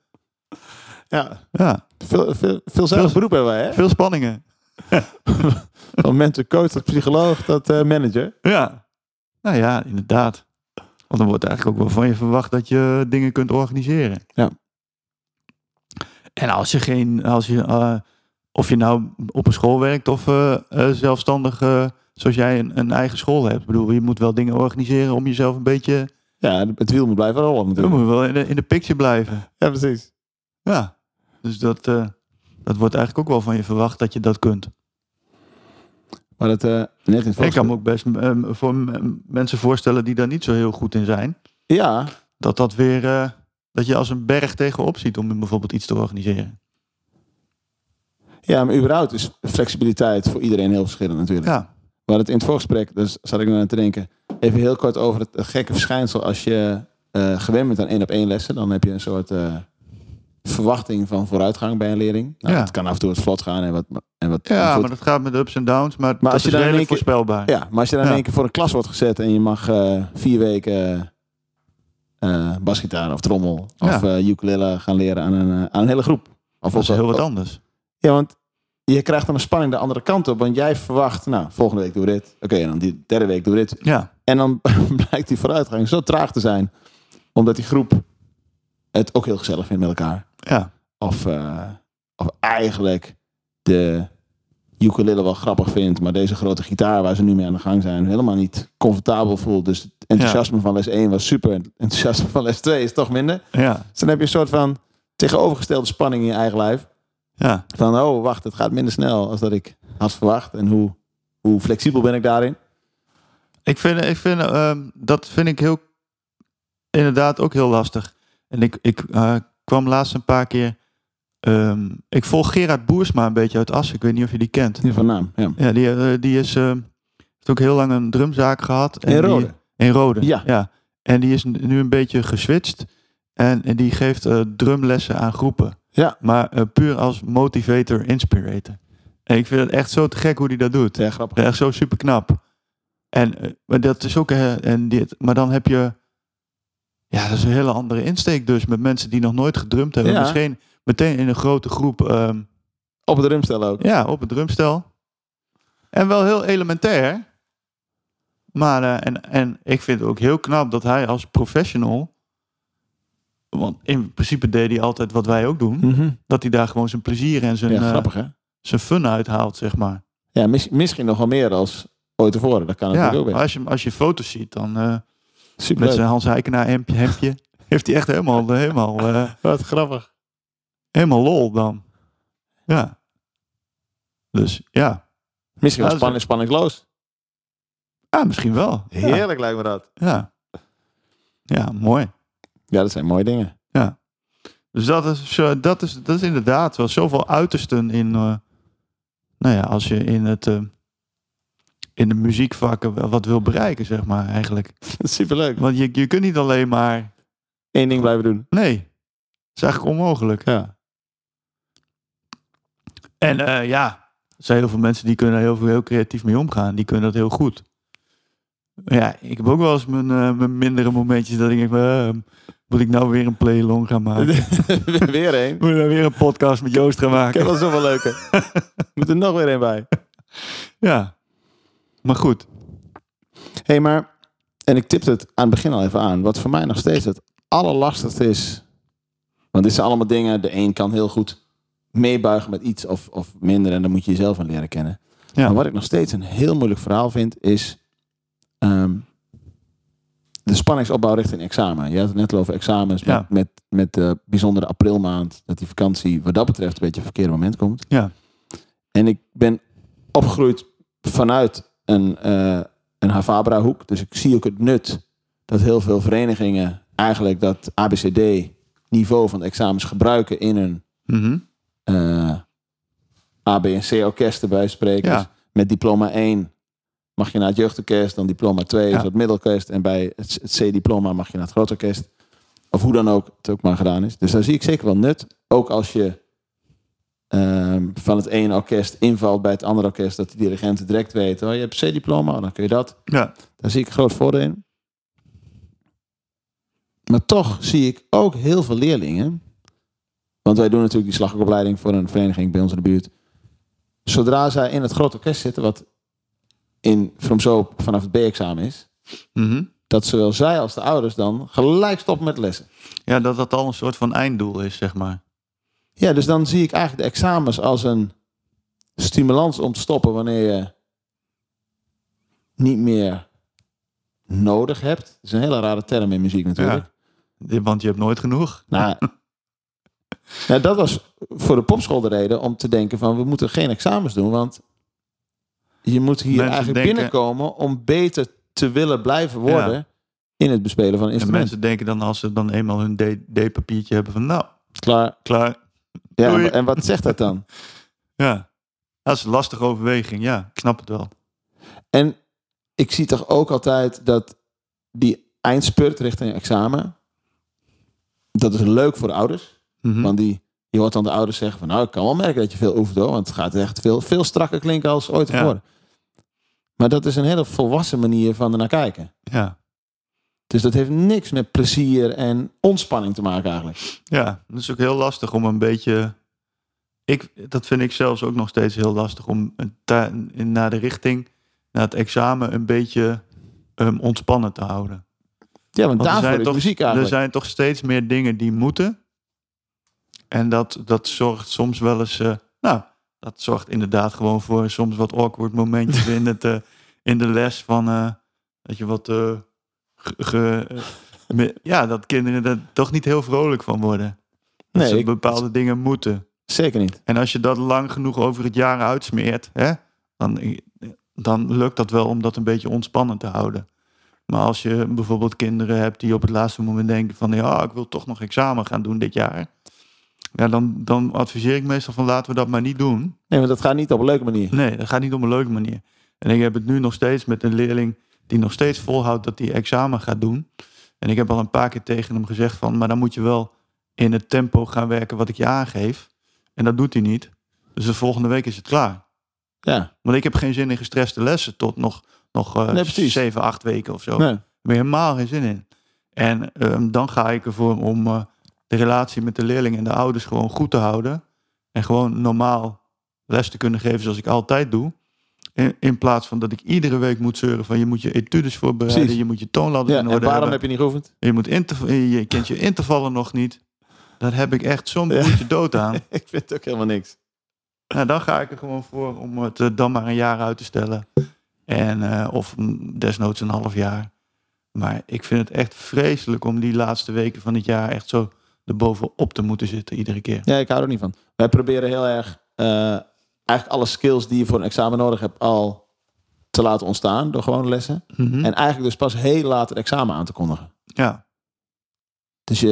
Speaker 1: Ja,
Speaker 3: Ja,
Speaker 1: veel, veel, veelzijdig beroep hebben wij, hè?
Speaker 3: veel spanningen.
Speaker 1: Van mentor coach tot psycholoog tot eh, manager.
Speaker 3: Ja. Nou ja, inderdaad. Want dan wordt eigenlijk ook wel van je verwacht dat je dingen kunt organiseren.
Speaker 1: Ja.
Speaker 3: En als je geen, als je, eh, of je nou op een school werkt of eh, eh, zelfstandig, eh, zoals jij een, een eigen school hebt. Ik bedoel, je moet wel dingen organiseren om jezelf een beetje,
Speaker 1: Ja, het wiel moet blijven rollen
Speaker 3: je
Speaker 1: natuurlijk.
Speaker 3: moet wel in de, in de picture blijven.
Speaker 1: Ja, precies.
Speaker 3: Ja. Dus dat, eh, dat wordt eigenlijk ook wel van je verwacht dat je dat kunt.
Speaker 1: Maar dat eh, net in het
Speaker 3: Ik kan me
Speaker 1: volgende-
Speaker 3: ook best eh, voor m- mensen voorstellen die daar niet zo heel goed in zijn.
Speaker 1: Ja,
Speaker 3: dat dat weer eh, dat je als een berg tegenop ziet om bijvoorbeeld iets te organiseren.
Speaker 1: ja, maar überhaupt is flexibiliteit voor iedereen heel verschillend natuurlijk.
Speaker 3: Ja,
Speaker 1: Maar het in het voorgesprek, dus zat ik nu aan te denken, even heel kort over het gekke verschijnsel als je eh, gewend bent aan één op één lessen, dan heb je een soort eh, verwachting van vooruitgang bij een leerling. Nou,
Speaker 3: Ja.
Speaker 1: Het kan af en toe wat vlot gaan en wat... En wat
Speaker 3: Ja,
Speaker 1: goed.
Speaker 3: maar dat gaat met ups en downs, maar, dat
Speaker 1: als je
Speaker 3: is
Speaker 1: dan in
Speaker 3: redelijk
Speaker 1: één keer-
Speaker 3: voorspelbaar.
Speaker 1: Ja, maar als je dan
Speaker 3: Ja.
Speaker 1: in één keer voor een klas wordt gezet en je mag eh, vier weken eh, eh, basgitaar of trommel of eh, ukulele gaan leren aan een, eh, aan een hele groep. Of
Speaker 3: dat is
Speaker 1: op-
Speaker 3: heel wat
Speaker 1: op-
Speaker 3: anders.
Speaker 1: Ja, want je krijgt dan een spanning de andere kant op. Want jij verwacht, nou, volgende week doen we dit. Oké, en dan die derde week doen we dit.
Speaker 3: Ja,
Speaker 1: En dan blijkt die vooruitgang zo traag te zijn. Omdat die groep het ook heel gezellig vindt met elkaar.
Speaker 3: ja.
Speaker 1: Of, eh, of eigenlijk de ukulele wel grappig vindt, maar deze grote gitaar waar ze nu mee aan de gang zijn helemaal niet comfortabel voelt. Dus het enthousiasme van les 1 was super, het enthousiasme van les 2 is toch minder.
Speaker 3: ja,
Speaker 1: Dus dan heb je een soort van tegenovergestelde spanning in je eigen lijf.
Speaker 3: ja.
Speaker 1: Van, oh wacht, het gaat minder snel als dat ik had verwacht. En hoe, hoe flexibel ben ik daarin?
Speaker 3: Ik vind, ik vind ehm, dat vind ik heel, inderdaad ook heel lastig. En ik, ik eh, kwam laatst een paar keer. ehm, ik volg Gerard Boersma een beetje uit Assen. Ik weet niet of je die kent.
Speaker 1: Die van naam, nou, ja.
Speaker 3: Ja, die, eh, die is, ehm, heeft ook heel lang een drumzaak gehad. En
Speaker 1: In
Speaker 3: die-
Speaker 1: rode.
Speaker 3: in Rode.
Speaker 1: Ja.
Speaker 3: En die is n- nu een beetje geswitcht. En, en die geeft eh, drumlessen aan groepen.
Speaker 1: Ja.
Speaker 3: Maar eh, puur als motivator, inspirator. En ik vind het echt zo te gek hoe die dat doet.
Speaker 1: Ja, grappig.
Speaker 3: Echt zo super knap. En eh, maar dat is ook. eh, en dit, maar dan heb je. Ja, dat is een hele andere insteek dus. Met mensen die nog nooit gedrumd hebben.
Speaker 1: Ja.
Speaker 3: Misschien meteen in een grote groep. ehm,
Speaker 1: Op het drumstel ook.
Speaker 3: ja, op het drumstel. En wel heel elementair. Maar eh, en, en ik vind het ook heel knap dat hij als professional. Want in principe deed hij altijd wat wij ook doen.
Speaker 1: Mhm.
Speaker 3: Dat hij daar gewoon zijn plezier en zijn,
Speaker 1: Ja,
Speaker 3: eh,
Speaker 1: grappig hè?
Speaker 3: zijn fun uithaalt, zeg maar.
Speaker 1: Ja, mis- misschien nog wel meer als ooit tevoren. Dat kan
Speaker 3: Ja,
Speaker 1: natuurlijk ook
Speaker 3: maar
Speaker 1: weer.
Speaker 3: als je, als je foto's ziet, dan eh, met
Speaker 1: Superleuk.
Speaker 3: zijn Hans Eikenaar hemdje, hemdje heeft hij echt helemaal, helemaal, eh,
Speaker 1: Wat grappig.
Speaker 3: helemaal lol dan. Ja. Dus ja,
Speaker 1: Misschien wel
Speaker 3: Ja, dat
Speaker 1: spanning, spanningsloos.
Speaker 3: ja misschien wel. Ja.
Speaker 1: Heerlijk lijkt me dat.
Speaker 3: ja. Ja, mooi.
Speaker 1: Ja, dat zijn mooie dingen.
Speaker 3: Dus dat is, zo- dat is, dat is inderdaad wel zoveel uitersten in. eh, nou ja, als je in het. eh, in de muziekvakken wel wat wil bereiken, zeg maar eigenlijk.
Speaker 1: Superleuk.
Speaker 3: Want je, je kunt niet alleen maar.
Speaker 1: Eén ding blijven doen.
Speaker 3: Nee, is eigenlijk onmogelijk.
Speaker 1: Ja.
Speaker 3: En eh, ja, er zijn heel veel mensen die kunnen daar heel, veel, heel creatief mee omgaan. Die kunnen dat heel goed. Maar Ja, ik heb ook wel eens mijn, eh, mijn mindere momentjes dat ik denk, eh, moet ik nou weer een playlong gaan maken?
Speaker 1: weer één.
Speaker 3: Moet ik nou weer een podcast met Joost gaan
Speaker 1: Ik heb
Speaker 3: maken?
Speaker 1: wel zoveel leuke. Moet er nog weer één bij.
Speaker 3: Ja. Maar goed,
Speaker 1: Hé, hey, maar... En ik tipte het aan het begin al even aan. Wat voor mij nog steeds het allerlastigste is... Want dit zijn allemaal dingen... De een kan heel goed meebuigen met iets of, of minder. En dan moet je jezelf aan leren kennen.
Speaker 3: Ja.
Speaker 1: Maar wat ik nog steeds een heel moeilijk verhaal vind, is ehm, de spanningsopbouw richting examen. Je had het net al over examens
Speaker 3: Ja.
Speaker 1: met, met, met de bijzondere aprilmaand. Dat die vakantie wat dat betreft een beetje op het verkeerde moment komt.
Speaker 3: Ja.
Speaker 1: En ik ben opgegroeid vanuit een, eh, een Havabra-hoek. Dus ik zie ook het nut dat heel veel verenigingen eigenlijk dat ABCD-niveau van de examens gebruiken in hun
Speaker 3: Mhm.
Speaker 1: eh, A, B en C orkesten bij spreken.
Speaker 3: Ja.
Speaker 1: Dus met diploma 1 mag je naar het jeugdorkest, dan diploma 2
Speaker 3: Ja.
Speaker 1: is het middelorkest en bij het het C-diploma mag je naar het grootorkest. Of hoe dan ook het ook maar gedaan is. Dus daar zie ik zeker wel nut. Ook als je ehm, van het ene orkest invalt bij het andere orkest, dat de dirigenten direct weten, oh je hebt C-diploma, dan kun je dat.
Speaker 3: ja.
Speaker 1: Daar zie ik groot voordeel in. Maar toch zie ik ook heel veel leerlingen. Want wij doen natuurlijk die slagopleiding voor een vereniging bij ons in de buurt. Zodra zij in het grote orkest zitten, wat in From Soap vanaf het B-examen is,
Speaker 3: Mhm.
Speaker 1: dat zowel zij als de ouders dan gelijk stoppen met lessen.
Speaker 3: ja, dat dat al een soort van einddoel is, zeg maar.
Speaker 1: Ja, dus dan zie ik eigenlijk de examens als een stimulans om te stoppen wanneer je niet meer nodig hebt. Dat is een hele rare term in muziek natuurlijk.
Speaker 3: Ja. Want je hebt nooit genoeg.
Speaker 1: Nou, nou, dat was voor de popschool de reden om te denken van we moeten geen examens doen, want je moet hier
Speaker 3: Mensen
Speaker 1: eigenlijk
Speaker 3: denken-
Speaker 1: binnenkomen om beter te willen blijven worden
Speaker 3: Ja.
Speaker 1: in het bespelen van
Speaker 3: En
Speaker 1: instrumenten.
Speaker 3: mensen denken dan als ze dan eenmaal hun D- D-papiertje hebben van nou,
Speaker 1: Klaar.
Speaker 3: klaar.
Speaker 1: Ja,
Speaker 3: Doei.
Speaker 1: en- en wat zegt dat dan?
Speaker 3: Ja. Dat is een lastige overweging, ja. Ik snap het wel.
Speaker 1: En ik zie toch ook altijd dat die eindspurt richting examen, dat is leuk voor de ouders.
Speaker 3: Mhm.
Speaker 1: Want die, je hoort dan de ouders zeggen van nou, ik kan wel merken dat je veel oefent hoor. Want het gaat echt veel, veel strakker klinken als ooit
Speaker 3: Ja.
Speaker 1: tevoren. Maar dat is een hele volwassen manier van ernaar kijken.
Speaker 3: ja.
Speaker 1: Dus dat heeft niks met plezier en ontspanning te maken eigenlijk.
Speaker 3: ja, dat is ook heel lastig om een beetje... Ik, dat vind ik zelfs ook nog steeds heel lastig om een ta- in, naar de richting, naar het examen, een beetje ehm, ontspannen te houden.
Speaker 1: Ja, want,
Speaker 3: Want er
Speaker 1: daarvoor
Speaker 3: zijn
Speaker 1: is
Speaker 3: toch-
Speaker 1: muziek
Speaker 3: Er
Speaker 1: eigenlijk.
Speaker 3: zijn toch steeds meer dingen die moeten. En dat, dat zorgt soms wel eens... eh, nou, dat zorgt inderdaad gewoon voor soms wat awkward momentjes in, het, eh, in de les. Van eh, dat je wat... eh, ge- ge- eh, me- ja, dat kinderen er toch niet heel vrolijk van worden. Dat
Speaker 1: Nee,
Speaker 3: ze
Speaker 1: ik-
Speaker 3: bepaalde dingen moeten.
Speaker 1: Zeker niet.
Speaker 3: En als je dat lang genoeg over het jaar uitsmeert, hè, dan, dan lukt dat wel om dat een beetje ontspannen te houden. Maar als je bijvoorbeeld kinderen hebt die op het laatste moment denken van ja, ik wil toch nog examen gaan doen dit jaar. Ja, dan, dan adviseer ik meestal van laten we dat maar niet doen.
Speaker 1: Nee, maar dat gaat niet op een leuke manier.
Speaker 3: Nee, dat gaat niet op een leuke manier. En ik heb het nu nog steeds met een leerling die nog steeds volhoudt dat hij examen gaat doen. En ik heb al een paar keer tegen hem gezegd van, maar dan moet je wel in het tempo gaan werken wat ik je aangeef. En dat doet hij niet. Dus de volgende week is het klaar.
Speaker 1: Ja,
Speaker 3: Want ik heb geen zin in gestreste lessen tot nog, nog eh,
Speaker 1: Nee, precies.
Speaker 3: zeven, acht weken of zo.
Speaker 1: nee.
Speaker 3: Daar heb je helemaal geen zin in. En ehm, dan ga ik ervoor om eh, de relatie met de leerling en de ouders gewoon goed te houden. En gewoon normaal les te kunnen geven zoals ik altijd doe. In, in plaats van dat ik iedere week moet zeuren van je moet je etudes voorbereiden,
Speaker 1: Precies.
Speaker 3: je moet je toonladders
Speaker 1: Ja,
Speaker 3: in
Speaker 1: en
Speaker 3: orde
Speaker 1: waarom
Speaker 3: hebben.
Speaker 1: heb je niet geoefend?
Speaker 3: Je, moet interv- eh, je kent je intervallen nog niet. Daar heb ik echt zo'n
Speaker 1: Ja.
Speaker 3: broertje dood aan.
Speaker 1: Ik vind het ook helemaal niks.
Speaker 3: Nou, dan ga ik er gewoon voor om het eh, dan maar een jaar uit te stellen. En, eh, of mm, desnoods een half jaar. Maar ik vind het echt vreselijk om die laatste weken van het jaar echt zo erbovenop te moeten zitten iedere keer.
Speaker 1: Ja, ik hou er niet van. Wij proberen heel erg eh, eigenlijk alle skills die je voor een examen nodig hebt al te laten ontstaan door gewoon lessen.
Speaker 3: Mhm.
Speaker 1: En eigenlijk dus pas heel laat het examen aan te kondigen.
Speaker 3: ja.
Speaker 1: Dus je,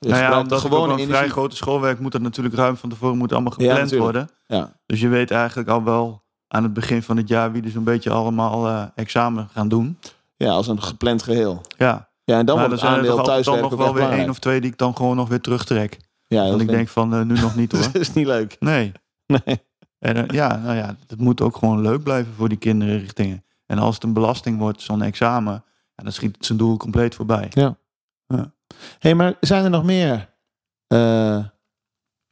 Speaker 1: je
Speaker 3: Nou ja,
Speaker 1: gebruikt de
Speaker 3: omdat het ook
Speaker 1: gewone
Speaker 3: wel een
Speaker 1: energie.
Speaker 3: vrij grote schoolwerk moet dat natuurlijk ruim van tevoren moet allemaal
Speaker 1: Ja,
Speaker 3: gepland
Speaker 1: natuurlijk.
Speaker 3: worden.
Speaker 1: Ja,
Speaker 3: Dus je weet eigenlijk al wel aan het begin van het jaar wie er zo'n beetje allemaal eh, examen gaan doen.
Speaker 1: ja, als een gepland geheel.
Speaker 3: Ja,
Speaker 1: Ja, en dan
Speaker 3: maar
Speaker 1: wordt het
Speaker 3: er
Speaker 1: aandeel
Speaker 3: toch altijd Nou, dan
Speaker 1: thuiswerk
Speaker 3: nog
Speaker 1: ook
Speaker 3: wel
Speaker 1: echt
Speaker 3: weer één
Speaker 1: belangrijk.
Speaker 3: of twee die ik dan gewoon nog weer terugtrek.
Speaker 1: Ja, dat
Speaker 3: Want ik
Speaker 1: vind
Speaker 3: denk van eh, nu nog niet hoor.
Speaker 1: Dat is niet leuk.
Speaker 3: Nee.
Speaker 1: Nee.
Speaker 3: En eh, ja, nou ja, het moet ook gewoon leuk blijven voor die kinderen richtingen. En als het een belasting wordt, zo'n examen, ja, dan schiet het zijn doel compleet voorbij.
Speaker 1: Hé, hey, maar zijn er nog meer? eh,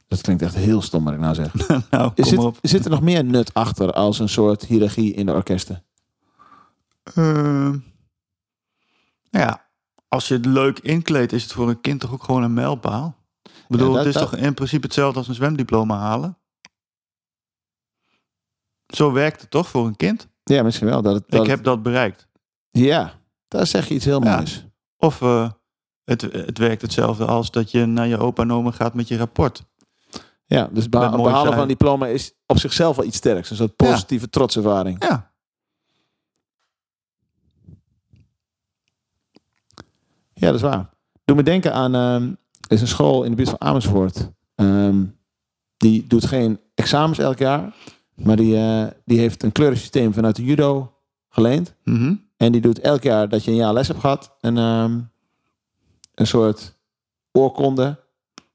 Speaker 1: dat klinkt echt heel stom wat ik nou zeg.
Speaker 3: nou, kom
Speaker 1: Is het-
Speaker 3: op.
Speaker 1: zit er nog meer nut achter als een soort hiërarchie in de orkesten? eh,
Speaker 3: Ehm, nou ja, als je het leuk inkleedt, is het voor een kind toch ook gewoon een mijlpaal? Ik bedoel,
Speaker 1: dat-
Speaker 3: het is
Speaker 1: dat-
Speaker 3: toch in principe hetzelfde als een zwemdiploma halen? Zo werkt het toch voor een kind?
Speaker 1: Ja, misschien wel. Dat het, dat
Speaker 3: Ik
Speaker 1: het-
Speaker 3: heb dat bereikt.
Speaker 1: Ja, daar zeg je iets heel
Speaker 3: Ja.
Speaker 1: moois.
Speaker 3: Of eh, het, het werkt hetzelfde als dat je naar je opa en oma gaat met je rapport.
Speaker 1: Ja, dus beha-
Speaker 3: Dat mooi
Speaker 1: behalen
Speaker 3: zijn.
Speaker 1: van een diploma is op zichzelf wel iets sterks. Een soort positieve trotservaring.
Speaker 3: Ja.
Speaker 1: Ja, dat is waar. Doe me denken aan... ehm, er is een school in de buurt van Amersfoort. Ehm, die doet geen examens elk jaar. Maar die, eh, die heeft een kleurensysteem vanuit de judo geleend.
Speaker 3: Mhm.
Speaker 1: En die doet elk jaar dat je een jaar les hebt gehad. Een, ehm, een soort oorkonde.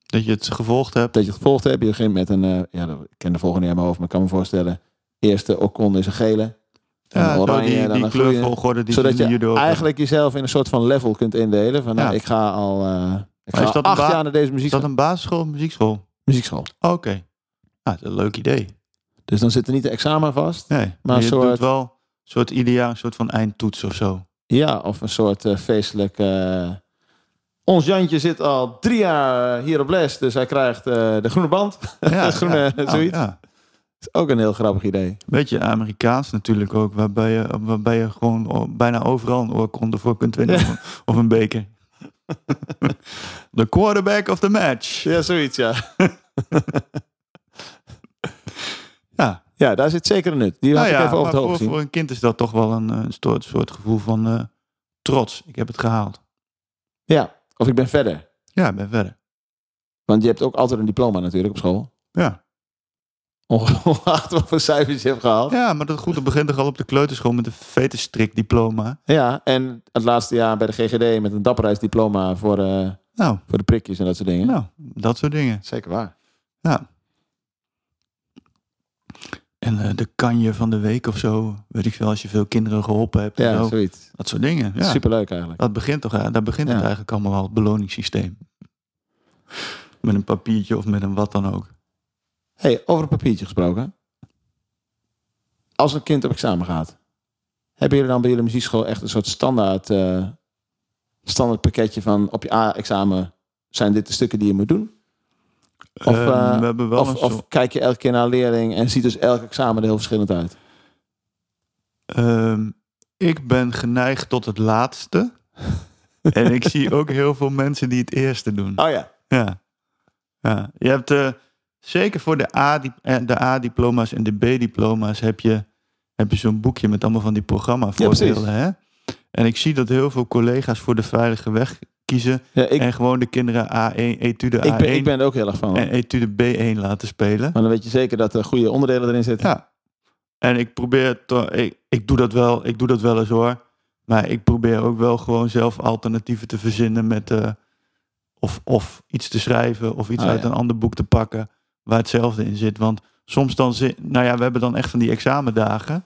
Speaker 3: Dat je het gevolgd hebt.
Speaker 1: dat je het gevolgd hebt. Je begint met een, eh, ja, dat- ik ken de volgende niet uit mijn hoofd, maar ik kan me voorstellen. Eerste okonde is een gele. Dan
Speaker 3: Ja,
Speaker 1: een
Speaker 3: zo
Speaker 1: oranje,
Speaker 3: die,
Speaker 1: dan
Speaker 3: die
Speaker 1: een groene.
Speaker 3: kleurvolgorde die
Speaker 1: zodat
Speaker 3: in de
Speaker 1: je
Speaker 3: judo ook hebt.
Speaker 1: eigenlijk jezelf in een soort van level kunt indelen. Van, nou,
Speaker 3: Ja.
Speaker 1: ik ga al eh, ik
Speaker 3: Maar
Speaker 1: ga
Speaker 3: is dat
Speaker 1: al acht
Speaker 3: een ba-
Speaker 1: jaar naar deze muziek,
Speaker 3: Is dat een basisschool of muziekschool?
Speaker 1: muziekschool.
Speaker 3: Oh, Oké. Ah, dat is een leuk idee.
Speaker 1: Dus dan zit er niet een examen vast.
Speaker 3: Nee,
Speaker 1: Maar
Speaker 3: maar
Speaker 1: een
Speaker 3: je
Speaker 1: soort-
Speaker 3: doet wel een soort ieder jaar een soort van eindtoets of zo.
Speaker 1: Ja, of een soort eh, feestelijk... eh, ons Jantje zit al drie jaar hier op les, dus hij krijgt eh, de groene band.
Speaker 3: Ja,
Speaker 1: Groene,
Speaker 3: ja.
Speaker 1: eh,
Speaker 3: Oh,
Speaker 1: zoiets.
Speaker 3: Ja.
Speaker 1: is ook een heel grappig idee.
Speaker 3: Beetje Amerikaans natuurlijk ook, waarbij je, waarbij je gewoon o- bijna overal een oorkonde voor kunt winnen. Of, een, of een beker. the quarterback of the match.
Speaker 1: Ja, zoiets, ja.
Speaker 3: Ja,
Speaker 1: Ja, daar zit zeker een nut. Die had
Speaker 3: Nou
Speaker 1: ik
Speaker 3: ja,
Speaker 1: even over het
Speaker 3: maar
Speaker 1: hoofd
Speaker 3: voor,
Speaker 1: gezien.
Speaker 3: voor een kind is dat toch wel een, eh, soort, soort gevoel van eh, trots. Ik heb het gehaald.
Speaker 1: Ja, of ik ben verder.
Speaker 3: Ja, ik ben verder.
Speaker 1: Want je hebt ook altijd een diploma natuurlijk op school.
Speaker 3: Ja,
Speaker 1: Onge- Ongeacht wat voor cijfers je hebt gehaald. Ja,
Speaker 3: ja maar dat goed, dat begint toch al op de kleuterschool met een vetenstrikdiploma.
Speaker 1: en het laatste jaar bij de GGD met een dapperheidsdiploma voor eh,
Speaker 3: Nou,
Speaker 1: Voor de prikjes en dat soort dingen.
Speaker 3: nou, dat soort dingen. Nou.
Speaker 1: Zeker waar.
Speaker 3: Ja. En eh, de kanje van de week of zo. Weet ik veel, als je veel kinderen geholpen hebt. en
Speaker 1: Ja,
Speaker 3: zo.
Speaker 1: zoiets.
Speaker 3: Dat soort dingen. Ja.
Speaker 1: Superleuk eigenlijk.
Speaker 3: Dat begint toch, eh, daar begint
Speaker 1: Ja.
Speaker 3: het eigenlijk allemaal al, het beloningssysteem. Met een papiertje of met een wat dan ook.
Speaker 1: hey, over een papiertje gesproken. Als een kind op examen gaat, hebben jullie dan bij jullie muziekschool echt een soort standaard, eh, standaard pakketje van op je A-examen zijn dit de stukken die je moet doen? Of,
Speaker 3: Ehm,
Speaker 1: eh,
Speaker 3: we hebben wel een
Speaker 1: Of,
Speaker 3: soort-
Speaker 1: of kijk je elke keer naar een leerling en ziet dus elk examen er heel verschillend uit?
Speaker 3: Ehm, ik ben geneigd tot het laatste. en ik zie ook heel veel mensen die het eerste doen.
Speaker 1: Oh ja.
Speaker 3: Ja. ja. Je hebt eh, zeker voor de, A, di- eh, de A-diploma's en de B-diploma's heb je, heb je zo'n boekje met allemaal van die programmavoorbeelden. hè? en ik zie dat heel veel collega's voor de veilige weg kiezen.
Speaker 1: ja ik,
Speaker 3: en gewoon de kinderen E A1, etude A1
Speaker 1: ik, ben, ik ben er ook heel erg van. hoor.
Speaker 3: en E etude B1 laten spelen.
Speaker 1: Maar dan weet je zeker dat er goede onderdelen erin zitten.
Speaker 3: Ja. En ik probeer, to- ik, ik doe dat wel, ik doe dat wel eens hoor. Maar ik probeer ook wel gewoon zelf alternatieven te verzinnen met eh, of, of iets te schrijven of iets
Speaker 1: Ah,
Speaker 3: uit
Speaker 1: ja.
Speaker 3: een ander boek te pakken waar hetzelfde in zit. Want soms dan zit, nou ja, we hebben dan echt van die examendagen.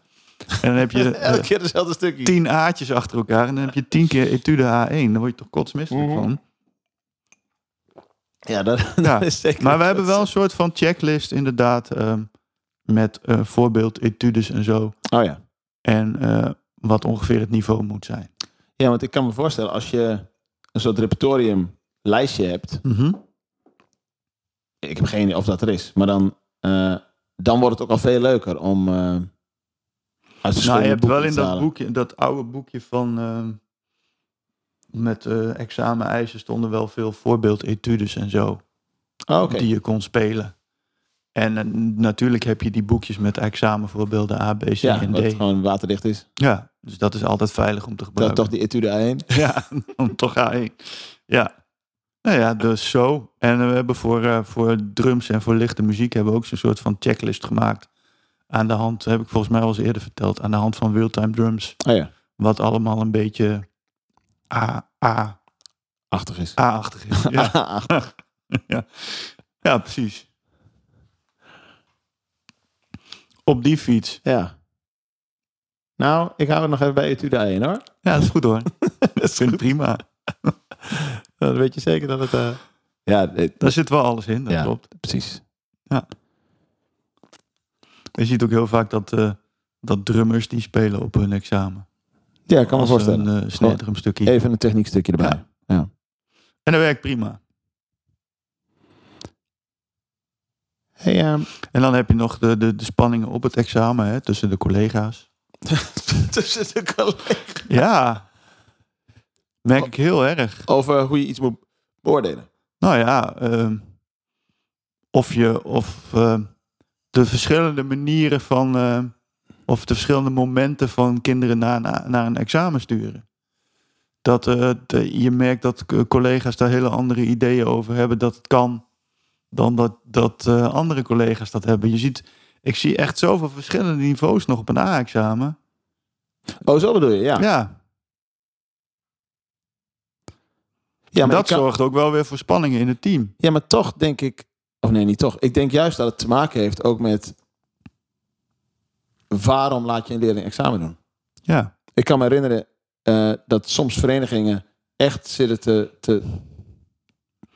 Speaker 3: En dan heb je eh,
Speaker 1: Elke keer dezelfde stukje.
Speaker 3: tien A'tjes achter elkaar en dan heb je tien keer etude A1. Dan word je toch kotsmisselijk van.
Speaker 1: Ja, dat,
Speaker 3: Ja.
Speaker 1: dat is zeker.
Speaker 3: Maar we hebben wel een soort van checklist inderdaad ehm, met eh, voorbeeld etudes en zo.
Speaker 1: Oh ja.
Speaker 3: En eh, wat ongeveer het niveau moet zijn.
Speaker 1: Ja, want ik kan me voorstellen, als je een soort repertorium lijstje hebt,
Speaker 3: Nou,
Speaker 1: ik heb geen idee of dat er is, maar dan, eh, dan wordt het ook al veel leuker om eh, uit de
Speaker 3: Nou, je hebt wel in
Speaker 1: te
Speaker 3: dat,
Speaker 1: halen.
Speaker 3: boekje, dat oude boekje van... ehm, met eh examen-eisen stonden wel veel voorbeeld-etudes en zo.
Speaker 1: Oh, oké.
Speaker 3: Die je kon spelen. En eh, natuurlijk heb je die boekjes met examenvoorbeelden A, B, C
Speaker 1: Ja,
Speaker 3: en
Speaker 1: wat
Speaker 3: D.
Speaker 1: gewoon waterdicht is.
Speaker 3: Ja, dus dat is altijd veilig om te
Speaker 1: Dat
Speaker 3: gebruiken.
Speaker 1: toch die etude A1.
Speaker 3: Ja, dan toch A1. Ja. Nou ja, dus zo. En we hebben voor, eh, voor drums en voor lichte muziek hebben we ook zo'n soort van checklist gemaakt. Aan de hand, heb ik volgens mij al eens eerder verteld, aan de hand van real-time drums.
Speaker 1: Oh ja,
Speaker 3: Wat allemaal een beetje A, A,
Speaker 1: achtig is.
Speaker 3: A-achtig is. Ah, Ja,
Speaker 1: Achtig.
Speaker 3: ja precies. Op die fiets.
Speaker 1: Ja. Nou, ik hou het nog even bij etude A1 hoor.
Speaker 3: Ja, dat is goed hoor. dat vind ik prima.
Speaker 1: Dan weet je zeker dat het... eh, Ja, eh,
Speaker 3: Daar zit wel alles in, dat
Speaker 1: Ja.
Speaker 3: klopt.
Speaker 1: precies.
Speaker 3: Je ziet ook heel vaak dat, eh, dat drummers die spelen op hun examen.
Speaker 1: Ja, ik kan me
Speaker 3: Als
Speaker 1: voorstellen.
Speaker 3: Een eh, sneedrumstukje.
Speaker 1: Even een techniekstukje erbij.
Speaker 3: Ja. En dat werkt prima.
Speaker 1: Hey, ehm,
Speaker 3: En dan heb je nog de, de, de spanningen op het examen hè, tussen de collega's.
Speaker 1: tussen de collega's.
Speaker 3: Ja. Merk ik heel erg.
Speaker 1: Over hoe je iets moet beoordelen.
Speaker 3: Nou ja, ehm, of je, of ehm, de verschillende manieren van, ehm, of de verschillende momenten van kinderen naar, naar, naar een examen sturen. Dat eh, de- je merkt dat co- collega's daar hele andere ideeën over hebben dat het kan, dan dat, dat eh, andere collega's dat hebben. Je ziet, ik zie echt zoveel verschillende niveaus nog op een A-examen.
Speaker 1: Oh, zo bedoel je, ja.
Speaker 3: Ja,
Speaker 1: ja, maar
Speaker 3: dat
Speaker 1: ik kan-
Speaker 3: zorgt ook wel weer voor spanningen in het team.
Speaker 1: ja, maar toch denk ik... Of nee, niet toch. Ik denk juist dat het te maken heeft ook met... Waarom laat je een leerling examen doen?
Speaker 3: Ja,
Speaker 1: Ik kan me herinneren eh, dat soms verenigingen echt zitten te, te...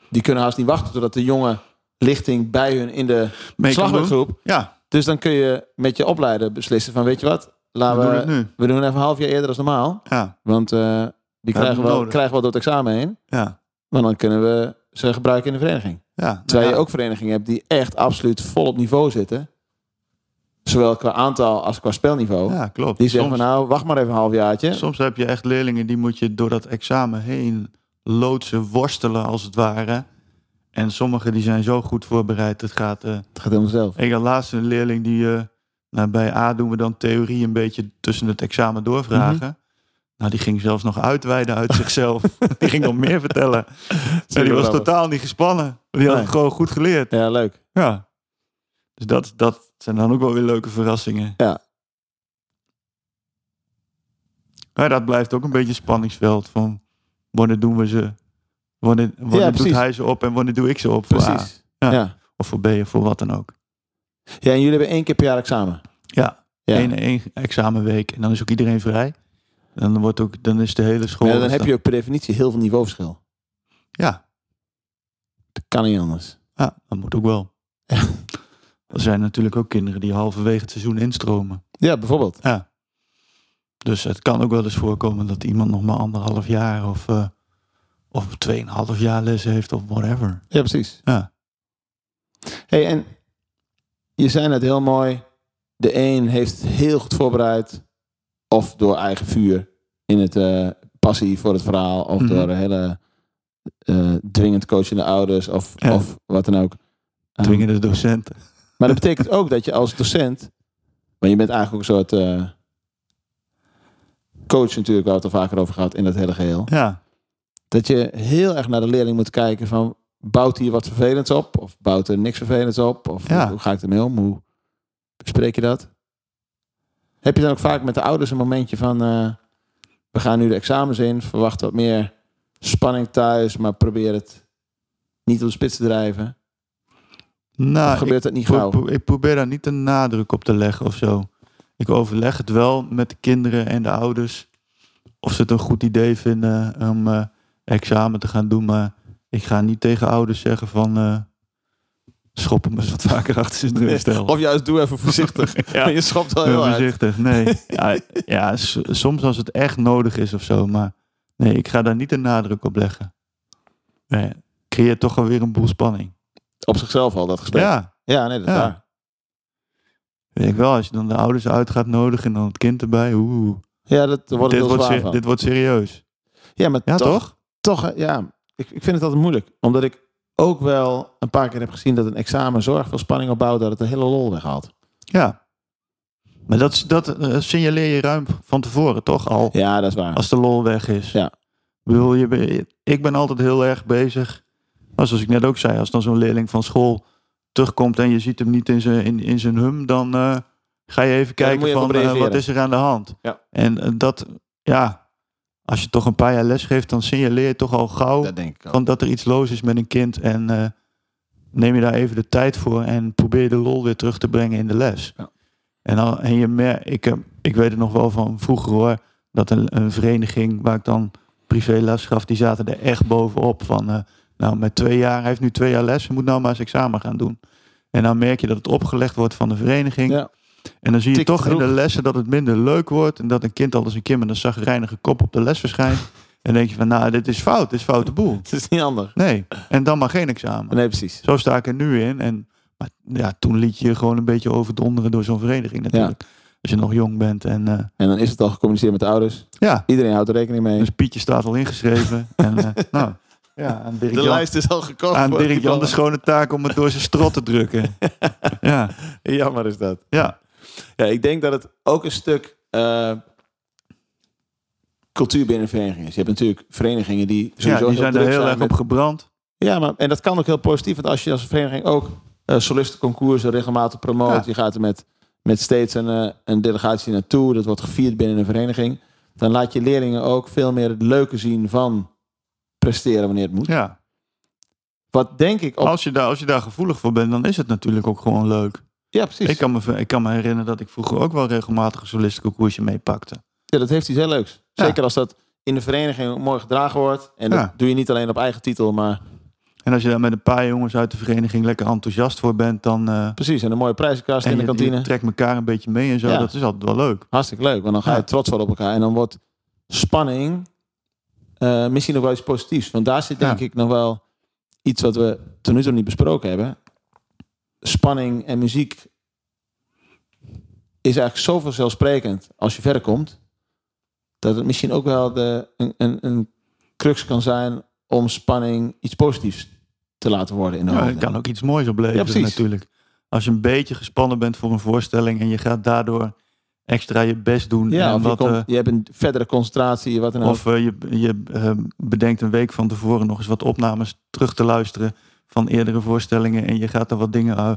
Speaker 1: Die kunnen haast niet wachten totdat de jonge lichting bij hun in de
Speaker 3: Mee kan doen.
Speaker 1: slagwerkgroep...
Speaker 3: ja
Speaker 1: Dus dan kun je met je opleider beslissen van... Weet je wat, laten
Speaker 3: we
Speaker 1: we,
Speaker 3: doen het nu.
Speaker 1: we doen even een half jaar eerder als normaal.
Speaker 3: Ja,
Speaker 1: Want eh, die
Speaker 3: hebben
Speaker 1: krijgen
Speaker 3: we
Speaker 1: wel,
Speaker 3: nodig.
Speaker 1: krijgen wel door het examen heen.
Speaker 3: ja,
Speaker 1: Maar dan kunnen we ze gebruiken in de vereniging.
Speaker 3: ja.
Speaker 1: Terwijl
Speaker 3: Ja.
Speaker 1: je ook verenigingen hebt die echt absoluut vol op niveau zitten. Zowel qua aantal als qua spelniveau.
Speaker 3: Ja, klopt.
Speaker 1: Die zeggen
Speaker 3: Soms-
Speaker 1: van nou, wacht maar even een halfjaartje.
Speaker 3: Soms heb je echt leerlingen die moet je door dat examen heen loodsen, worstelen als het ware. En sommigen die zijn zo goed voorbereid. Het gaat, eh,
Speaker 1: Het gaat om zelf.
Speaker 3: ik had laatst een leerling die... eh, nou, bij A doen we dan theorie een beetje tussen het examen doorvragen. Nou, die ging zelfs nog uitweiden uit zichzelf. die ging nog meer vertellen. En die was
Speaker 1: grappig.
Speaker 3: totaal niet gespannen. Die had
Speaker 1: Nee.
Speaker 3: het gewoon goed geleerd.
Speaker 1: Ja, leuk.
Speaker 3: Ja. Dus dat, dat zijn dan ook wel weer leuke verrassingen.
Speaker 1: Ja.
Speaker 3: Maar dat blijft ook een beetje een spanningsveld van wanneer doen we ze? Wanneer, wanneer
Speaker 1: Ja,
Speaker 3: doet
Speaker 1: precies.
Speaker 3: hij ze op en wanneer doe ik ze op voor A
Speaker 1: Precies.
Speaker 3: Ja.
Speaker 1: Ja. Ja.
Speaker 3: of voor B of voor wat dan ook.
Speaker 1: en jullie hebben één keer per jaar examen.
Speaker 3: Ja,
Speaker 1: Ja.
Speaker 3: Eén, één examenweek en dan is ook iedereen vrij. En dan, wordt ook, dan is de hele school...
Speaker 1: Maar ja, dan
Speaker 3: is
Speaker 1: heb je ook per definitie heel veel niveauverschil.
Speaker 3: Ja,
Speaker 1: Dat kan niet anders.
Speaker 3: ja, dat moet ook wel. Er zijn natuurlijk ook kinderen die halverwege het seizoen instromen.
Speaker 1: Ja, bijvoorbeeld.
Speaker 3: Ja. Dus het kan ook wel eens voorkomen dat iemand nog maar anderhalf jaar of, eh of tweeënhalf jaar les heeft of whatever.
Speaker 1: Ja, precies.
Speaker 3: Ja.
Speaker 1: Hey, en je zei net heel mooi. De een heeft het heel goed voorbereid. Of door eigen vuur. In het eh, passie voor het verhaal. Of
Speaker 3: Mhm.
Speaker 1: door hele eh, dwingend coachende ouders. Of,
Speaker 3: Ja.
Speaker 1: of wat dan ook. Ehm,
Speaker 3: Dwingende docenten.
Speaker 1: maar dat betekent ook dat je als docent. Maar je bent eigenlijk ook een soort eh, coach natuurlijk. Waar we het al vaker over gehad in dat hele geheel.
Speaker 3: Ja,
Speaker 1: dat je heel erg naar de leerling moet kijken van bouwt hier wat vervelends op of bouwt er niks vervelends op of
Speaker 3: Ja.
Speaker 1: hoe, hoe ga ik ermee om? Hoe bespreek je dat? Heb je dan ook vaak met de ouders een momentje van eh, we gaan nu de examens in, verwacht wat meer spanning thuis, maar probeer het niet op de spits te drijven.
Speaker 3: nou,
Speaker 1: of
Speaker 3: ik-
Speaker 1: gebeurt dat niet
Speaker 3: pro-
Speaker 1: gauw?
Speaker 3: pro- ik probeer daar niet een nadruk op te leggen of zo. Ik overleg het wel met de kinderen en de ouders. Of ze het een goed idee vinden om eh, examen te gaan doen. Maar ik ga niet tegen ouders zeggen van... eh schop hem eens wat vaker achter zijn deur stellen.
Speaker 1: Of juist doe even voorzichtig.
Speaker 3: Ja.
Speaker 1: Je schopt wel
Speaker 3: Heel
Speaker 1: heel uit.
Speaker 3: Eh, voorzichtig, nee. ja, ja, s- soms als het echt nodig is of zo. Maar nee, ik ga daar niet een nadruk op leggen. Nee, creëer toch alweer een boel spanning.
Speaker 1: Op zichzelf al dat gesprek. Ja,
Speaker 3: Ja,
Speaker 1: nee, dat is
Speaker 3: Ja.
Speaker 1: waar.
Speaker 3: weet ik wel. Als je dan de ouders uit gaat nodigen en dan het kind erbij. Oeh,
Speaker 1: Ja, dat wordt
Speaker 3: dit,
Speaker 1: het heel
Speaker 3: wordt
Speaker 1: zwaar
Speaker 3: ser-
Speaker 1: van.
Speaker 3: dit wordt serieus.
Speaker 1: Ja, maar
Speaker 3: Ja,
Speaker 1: toch,
Speaker 3: toch?
Speaker 1: toch, eh, ja, ik, ik vind het altijd moeilijk. Omdat ik ook wel een paar keer heb gezien dat een examen zorg veel spanning opbouwt dat het de hele lol weghaalt.
Speaker 3: Ja. Maar dat, is- dat eh, signaleer je ruim van tevoren, toch al?
Speaker 1: Ja, dat is waar.
Speaker 3: Als de lol weg is.
Speaker 1: Ja.
Speaker 3: Ik bedoel, je, be- ik ben altijd heel erg bezig. Maar zoals ik net ook zei, als dan zo'n leerling van school terugkomt en je ziet hem niet in zijn, in, in zijn hum, dan eh, ga je even
Speaker 1: dan moet
Speaker 3: kijken
Speaker 1: je even
Speaker 3: van
Speaker 1: op
Speaker 3: eh, wat
Speaker 1: reageren.
Speaker 3: is er aan de hand.
Speaker 1: Ja.
Speaker 3: En eh, dat, ja, als je toch een paar jaar les geeft, dan signaleer je toch al gauw
Speaker 1: Dat denk ik ook.
Speaker 3: van dat er iets los is met een kind. En eh, neem je daar even de tijd voor en probeer de lol weer terug te brengen in de les.
Speaker 1: Ja.
Speaker 3: En, al, en je mer ik, heb- ik weet het nog wel van vroeger hoor, dat een, een vereniging waar ik dan privé les gaf, die zaten er echt bovenop van, eh, nou met twee jaar, hij heeft nu twee jaar les, hij moet nou maar eens examen gaan doen. En dan merk je dat het opgelegd wordt van de vereniging.
Speaker 1: Ja.
Speaker 3: En dan zie je
Speaker 1: Tik
Speaker 3: toch in de
Speaker 1: droeg.
Speaker 3: lessen dat het minder leuk wordt. En dat een kind al eens een keer met een zagrijnige kop op de les verschijnt. en dan denk je van, nou, dit is fout, dit is foute boel.
Speaker 1: Het is niet handig.
Speaker 3: Nee, en dan maar geen examen.
Speaker 1: Nee, precies.
Speaker 3: Zo sta ik er nu in. En maar, ja, toen liet je je gewoon een beetje overdonderen door zo'n vereniging natuurlijk. Als je nog jong bent. En eh,
Speaker 1: En dan is het al gecommuniceerd met de ouders.
Speaker 3: ja,
Speaker 1: Iedereen houdt er rekening mee.
Speaker 3: dus Pietje staat al ingeschreven. en eh, nou, ja, aan Dirk, Jan,
Speaker 1: is al gekocht.
Speaker 3: aan Dirk Jan de schone taak om het door zijn strot te drukken. ja,
Speaker 1: Jammer is dat.
Speaker 3: ja,
Speaker 1: Ja, ik denk dat het ook een stuk eh, cultuur binnen de vereniging is. Je hebt natuurlijk verenigingen die sowieso
Speaker 3: ja, die
Speaker 1: heel
Speaker 3: zijn
Speaker 1: druk
Speaker 3: er heel
Speaker 1: zijn
Speaker 3: erg
Speaker 1: met-
Speaker 3: op gebrand.
Speaker 1: Ja, maar, en dat kan ook heel positief. Want als je als vereniging ook eh solistenconcoursen regelmatig promoot.
Speaker 3: Ja.
Speaker 1: Je gaat er met, met steeds een, eh, een delegatie naartoe. Dat wordt gevierd binnen een vereniging. Dan laat je leerlingen ook veel meer het leuke zien van presteren wanneer het moet.
Speaker 3: Ja.
Speaker 1: Wat denk ik... Op,
Speaker 3: Als, je daar, als je daar gevoelig voor bent, dan is het natuurlijk ook gewoon leuk.
Speaker 1: ja, precies.
Speaker 3: Ik kan, me, ik kan me herinneren dat ik vroeger ook wel regelmatig een solistenconcoersje meepakte.
Speaker 1: Ja, dat heeft iets heel leuks.
Speaker 3: Ja.
Speaker 1: Zeker als dat in de vereniging mooi gedragen wordt. En dat
Speaker 3: Ja.
Speaker 1: doe je niet alleen op eigen titel, maar
Speaker 3: En als je daar met een paar jongens uit de vereniging lekker enthousiast voor bent, dan... eh,
Speaker 1: precies. En een mooie prijzenkast
Speaker 3: En
Speaker 1: in de
Speaker 3: je-
Speaker 1: kantine.
Speaker 3: Je trekt elkaar een beetje mee en zo.
Speaker 1: Ja.
Speaker 3: Dat is altijd wel leuk.
Speaker 1: Hartstikke leuk, want dan ga je
Speaker 3: Ja.
Speaker 1: trots worden op elkaar. En dan wordt spanning eh, misschien nog wel iets positiefs. Want daar zit denk
Speaker 3: Ja.
Speaker 1: ik nog wel iets wat we tot nu toe niet besproken hebben. Spanning en muziek is eigenlijk zo vanzelfsprekend als je verder komt. Dat het misschien ook wel de, een, een, een crux kan zijn om spanning iets positiefs te laten worden in de
Speaker 3: Ja,
Speaker 1: hoofden.
Speaker 3: het kan ook iets moois opleveren
Speaker 1: Ja, precies.
Speaker 3: natuurlijk. Als je een beetje gespannen bent voor een voorstelling en je gaat daardoor extra je best doen.
Speaker 1: Ja,
Speaker 3: en
Speaker 1: of je,
Speaker 3: wat,
Speaker 1: komt-
Speaker 3: eh,
Speaker 1: je hebt een verdere concentratie, wat dan ook.
Speaker 3: of eh, je, je eh, bedenkt een week van tevoren nog eens wat opnames terug te luisteren van eerdere voorstellingen. En je gaat er wat dingen eh,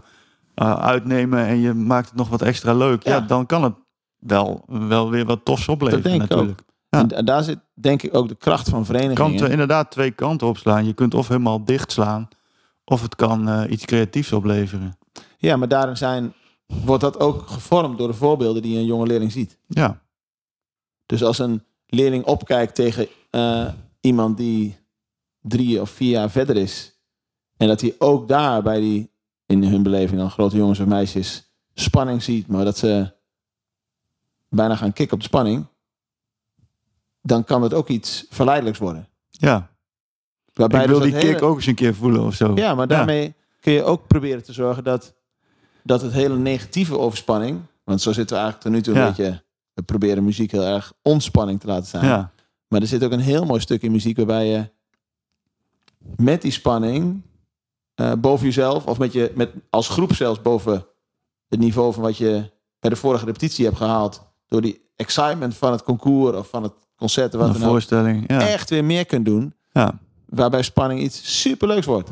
Speaker 3: eh, uitnemen en je maakt het nog wat extra leuk. Ja,
Speaker 1: Ja.
Speaker 3: dan kan het wel, wel weer wat tofs opleveren
Speaker 1: denk ik ook.
Speaker 3: natuurlijk. Ja.
Speaker 1: En, en daar zit denk ik ook de kracht van
Speaker 3: kan
Speaker 1: verenigingen.
Speaker 3: er inderdaad twee kanten op slaan. Je kunt of helemaal dicht slaan, of het kan eh, iets creatiefs opleveren.
Speaker 1: Ja, maar daarin zijn, wordt dat ook gevormd door de voorbeelden die een jonge leerling ziet.
Speaker 3: Ja,
Speaker 1: Dus als een leerling opkijkt tegen eh, iemand die drie of vier jaar verder is. En dat hij ook daar bij die, in hun beleving dan grote jongens of meisjes, spanning ziet. Maar dat ze bijna gaan kicken op de spanning. Dan kan het ook iets verleidelijks worden.
Speaker 3: ja.
Speaker 1: Waarbij
Speaker 3: ik wil
Speaker 1: dus
Speaker 3: die
Speaker 1: dat hele-
Speaker 3: kick ook eens een keer voelen of zo.
Speaker 1: Ja, maar daarmee kun je ook proberen te zorgen dat, dat het hele negatieve overspanning. Want zo zitten we eigenlijk tot nu toe een
Speaker 3: Ja.
Speaker 1: beetje. We proberen muziek heel erg ontspanning te laten zijn.
Speaker 3: ja.
Speaker 1: Maar er zit ook een heel mooi stuk in muziek waarbij je met die spanning eh, boven jezelf, of met je, met, als groep zelfs boven het niveau van wat je bij de vorige repetitie hebt gehaald, door die excitement van het concours of van het concert, of wat
Speaker 3: Een
Speaker 1: dan ook,
Speaker 3: voorstelling. Ja.
Speaker 1: echt weer meer kunt doen,
Speaker 3: Ja.
Speaker 1: waarbij spanning iets superleuks wordt.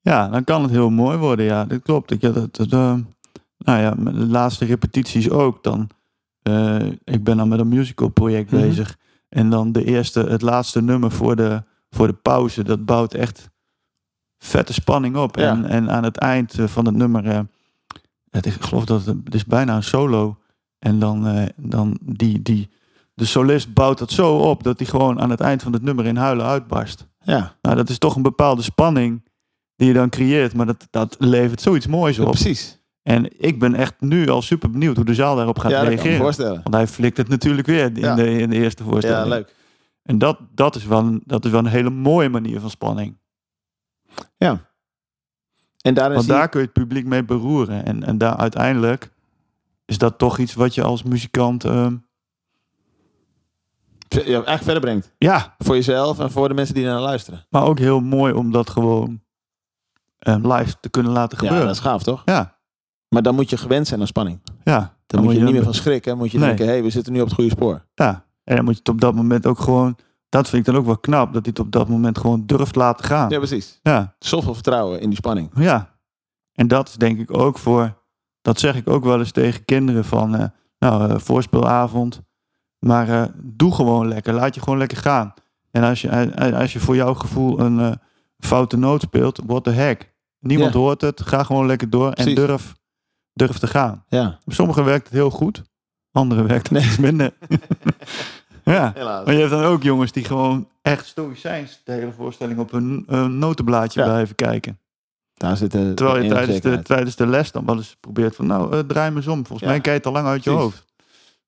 Speaker 3: ja, dan kan het heel mooi worden. Ja, dat klopt. Ik, ja, dat, dat, eh, nou ja, met de laatste repetities ook. Dan, eh, ik ben dan met een musical project
Speaker 1: Mhm.
Speaker 3: bezig. En dan de eerste, het laatste nummer voor de, voor de pauze. Dat bouwt echt vette spanning op.
Speaker 1: Ja.
Speaker 3: En, en aan het eind eh, van het nummer... eh, het, is- ik geloof dat het, het is bijna een solo En dan, eh, dan die, die, de solist bouwt dat zo op... dat hij gewoon aan het eind van het nummer in huilen uitbarst.
Speaker 1: Ja,
Speaker 3: Nou, dat is toch een bepaalde spanning die je dan creëert. Maar dat, dat levert zoiets moois op.
Speaker 1: precies.
Speaker 3: En ik ben echt nu al super benieuwd hoe de zaal daarop gaat
Speaker 1: ja, dat kan ik me
Speaker 3: reageren.
Speaker 1: voorstellen.
Speaker 3: Want hij flikt het natuurlijk weer in,
Speaker 1: Ja.
Speaker 3: de, in de eerste voorstelling.
Speaker 1: Ja, leuk.
Speaker 3: En dat, dat, is wel een, dat is wel een hele mooie manier van spanning.
Speaker 1: En daarin
Speaker 3: Want
Speaker 1: zie
Speaker 3: daar
Speaker 1: ik,
Speaker 3: kun je het publiek mee beroeren. En, en daar uiteindelijk is dat toch iets wat je als muzikant... ehm,
Speaker 1: ja, eigenlijk verder brengt.
Speaker 3: ja,
Speaker 1: Voor jezelf en voor de mensen die naar luisteren.
Speaker 3: maar ook heel mooi om dat gewoon ehm, live te kunnen laten
Speaker 1: Ja,
Speaker 3: gebeuren.
Speaker 1: dat is gaaf, toch?
Speaker 3: ja,
Speaker 1: Maar dan moet je gewend zijn aan spanning.
Speaker 3: ja.
Speaker 1: Dan, moet je, er niet
Speaker 3: een-
Speaker 1: meer van schrikken. Moet je
Speaker 3: Nee.
Speaker 1: denken, hé, hey, we zitten nu op het goede spoor.
Speaker 3: Ja, en dan moet je het op dat moment ook gewoon... Dat vind ik dan ook wel knap, dat hij het op dat moment gewoon durft laten gaan.
Speaker 1: Ja,
Speaker 3: Ja,
Speaker 1: precies.
Speaker 3: ja.
Speaker 1: Zoveel vertrouwen in die spanning.
Speaker 3: En dat is denk ik ook voor... Dat zeg ik ook wel eens tegen kinderen van... eh, nou, eh, voorspelavond. Maar eh, doe gewoon lekker. Laat je gewoon lekker gaan. En als je, eh, als je voor jouw gevoel een eh, foute noot speelt, what the heck. Niemand
Speaker 1: Ja.
Speaker 3: hoort het. Ga gewoon lekker door en
Speaker 1: Precies.
Speaker 3: durf, durf te gaan.
Speaker 1: Ja,
Speaker 3: Op sommigen werkt het heel goed. Anderen werkt het
Speaker 1: Nee.
Speaker 3: iets minder. ja.
Speaker 1: helaas.
Speaker 3: Maar je hebt dan ook jongens die gewoon echt stoïcijns de hele voorstelling op hun eh, notenblaadje
Speaker 1: Ja.
Speaker 3: blijven kijken.
Speaker 1: Daar zit de,
Speaker 3: Terwijl je
Speaker 1: de
Speaker 3: tijdens de,
Speaker 1: onzekerheid.
Speaker 3: tijdens de les dan wel eens probeert van nou, eh, draai me eens om. Volgens
Speaker 1: Ja.
Speaker 3: mij kijk je het al lang uit je
Speaker 1: Precies.
Speaker 3: hoofd.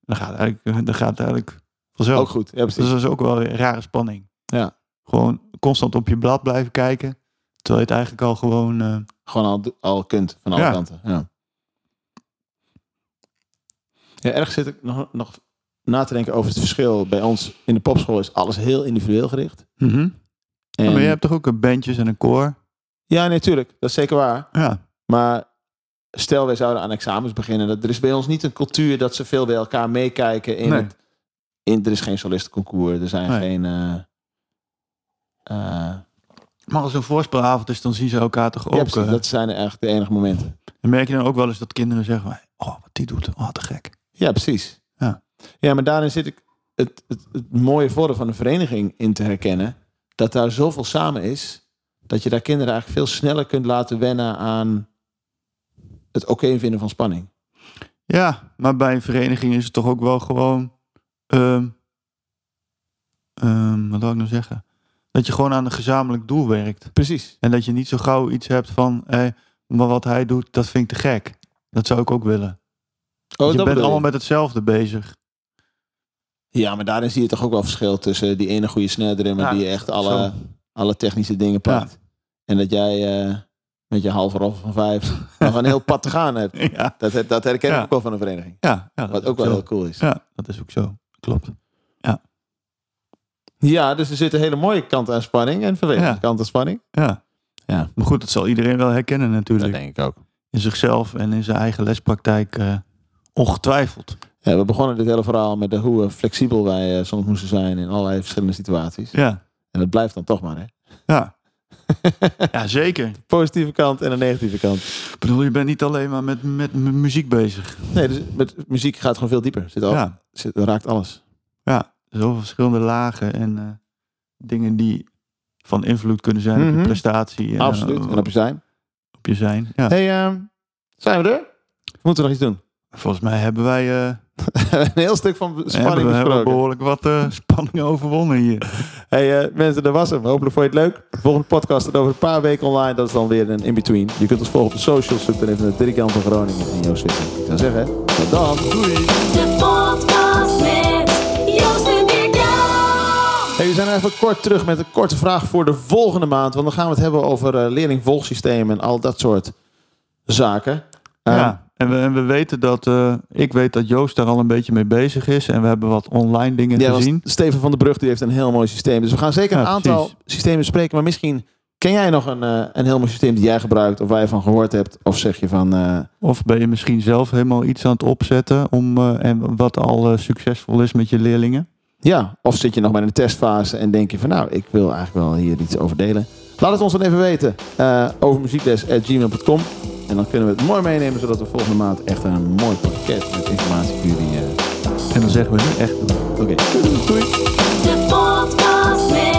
Speaker 3: Dan gaat het eigenlijk, eh, dan gaat het eigenlijk vanzelf.
Speaker 1: Ook goed, ja
Speaker 3: dus
Speaker 1: precies.
Speaker 3: dat is ook wel weer een rare spanning.
Speaker 1: Ja.
Speaker 3: Gewoon constant op je blad blijven kijken. Terwijl je het eigenlijk al gewoon... eh,
Speaker 1: Gewoon al, al kunt, van alle
Speaker 3: Ja.
Speaker 1: kanten. Ja. ja, erg zit ik nog, nog na te denken over het verschil. Bij ons in de popschool is alles heel individueel gericht. Mhm. En,
Speaker 3: Oh, Maar je hebt toch ook een bandjes en een koor?
Speaker 1: Ja, natuurlijk. dat is zeker waar.
Speaker 3: Ja.
Speaker 1: Maar stel, wij zouden aan examens beginnen. Dat, er is bij ons niet een cultuur dat ze veel bij elkaar meekijken. In
Speaker 3: Nee.
Speaker 1: het, in, er is geen solistenconcours. Er zijn
Speaker 3: Nee.
Speaker 1: geen... eh, eh,
Speaker 3: Maar als een voorspelavond is, dan zien ze elkaar toch ook.
Speaker 1: ja, precies,
Speaker 3: eh,
Speaker 1: dat zijn eigenlijk de enige momenten.
Speaker 3: Dan merk je dan ook wel eens dat kinderen zeggen... Oh, wat die doet. Oh, te gek.
Speaker 1: Ja, precies.
Speaker 3: Ja.
Speaker 1: ja maar daarin zit ik het, het, het mooie voordeel van een vereniging in te herkennen. Dat daar zoveel samen is. Dat je daar kinderen eigenlijk veel sneller kunt laten wennen aan het oké vinden van spanning.
Speaker 3: Ja, maar bij een vereniging is het toch ook wel gewoon... ehm, ehm, wat wil ik nou zeggen? Dat je gewoon aan een gezamenlijk doel werkt.
Speaker 1: Precies.
Speaker 3: En dat je niet zo gauw iets hebt van... hé, maar wat hij doet, dat vind ik te gek. Dat zou ik ook willen.
Speaker 1: Oh,
Speaker 3: je bent
Speaker 1: bedoel
Speaker 3: allemaal met hetzelfde bezig.
Speaker 1: Ja, maar daarin zie je toch ook wel verschil tussen die ene goede sneldrummer
Speaker 3: Ja,
Speaker 1: die echt alle, alle technische dingen pakt. En dat jij eh, met je halve of van vijf nog een heel pad te gaan hebt.
Speaker 3: Ja,
Speaker 1: Dat, her- dat herken
Speaker 3: Ja.
Speaker 1: ik ook wel van een vereniging.
Speaker 3: ja, ja dat
Speaker 1: Wat
Speaker 3: is
Speaker 1: ook wel
Speaker 3: zo.
Speaker 1: heel cool is. Ja.
Speaker 3: Ja, dat is ook zo. Klopt.
Speaker 1: dus er zit een hele mooie kant aan spanning en vervelende
Speaker 3: Ja.
Speaker 1: kant aan spanning.
Speaker 3: Ja.
Speaker 1: Ja.
Speaker 3: Maar goed, dat zal iedereen wel herkennen natuurlijk.
Speaker 1: denk ik ook.
Speaker 3: In zichzelf en in zijn eigen lespraktijk eh, ongetwijfeld.
Speaker 1: Ja, we begonnen dit hele verhaal met de hoe eh, flexibel wij eh, soms moesten zijn in allerlei verschillende situaties.
Speaker 3: Ja,
Speaker 1: En dat blijft dan toch maar, hè?
Speaker 3: ja. ja zeker.
Speaker 1: Positieve kant en de negatieve kant.
Speaker 3: Ik bedoel, je bent niet alleen maar met, met mu- muziek bezig.
Speaker 1: Nee, dus met muziek gaat het gewoon veel dieper. Zit al,
Speaker 3: Ja,
Speaker 1: zit, raakt alles.
Speaker 3: ja. zoveel verschillende lagen en eh, dingen die van invloed kunnen zijn op
Speaker 1: Mhm.
Speaker 3: je prestatie en,
Speaker 1: Absoluut.
Speaker 3: eh,
Speaker 1: En op je zijn.
Speaker 3: op je zijn. Ja.
Speaker 1: Hey, ehm, zijn we er? Of Moeten we nog iets doen?
Speaker 3: Volgens mij hebben wij, eh,
Speaker 1: een heel stuk van
Speaker 3: hebben
Speaker 1: spanning
Speaker 3: we- hebben we
Speaker 1: besproken.
Speaker 3: behoorlijk wat eh, spanningen overwonnen hier.
Speaker 1: Hey eh, mensen, dat was hem. Hopelijk vond je het leuk. De volgende podcast staat over een paar weken online. Dat is dan weer een in-between. Je kunt ons volgen op de socials. Zoek dan even naar Dirk Jan van Groningen en Joost Wissing. Ik zou zeggen, tot dan.
Speaker 2: De podcast met Joost en Dirk Jan.
Speaker 1: Hey, we zijn even kort terug met een korte vraag voor de volgende maand. Want dan gaan we het hebben over eh, leerling-volgsysteem en al dat soort zaken. Eh,
Speaker 3: ja. En we, en we weten dat, eh, ik weet dat Joost daar al een beetje mee bezig is. En we hebben wat online dingen
Speaker 1: Ja, want
Speaker 3: gezien.
Speaker 1: Steven van den Brug die heeft een heel mooi systeem. Dus we gaan zeker een
Speaker 3: Ja,
Speaker 1: aantal
Speaker 3: precies.
Speaker 1: systemen bespreken. Maar misschien ken jij nog een, eh, een heel mooi systeem die jij gebruikt of waar je van gehoord hebt. Of zeg je van, eh,
Speaker 3: Of ben je misschien zelf helemaal iets aan het opzetten om, eh, en wat al eh, succesvol is met je leerlingen?
Speaker 1: ja, of zit je nog maar in de testfase en denk je van nou, ik wil eigenlijk wel hier iets over delen. Laat het ons dan even weten eh over muziekles.gmail.com. En dan kunnen we het mooi meenemen, zodat we volgende maand echt een mooi pakket met informatie voor jullie... eh,
Speaker 3: En dan zeggen we nu echt.
Speaker 1: Oké, doei.
Speaker 2: De podcast met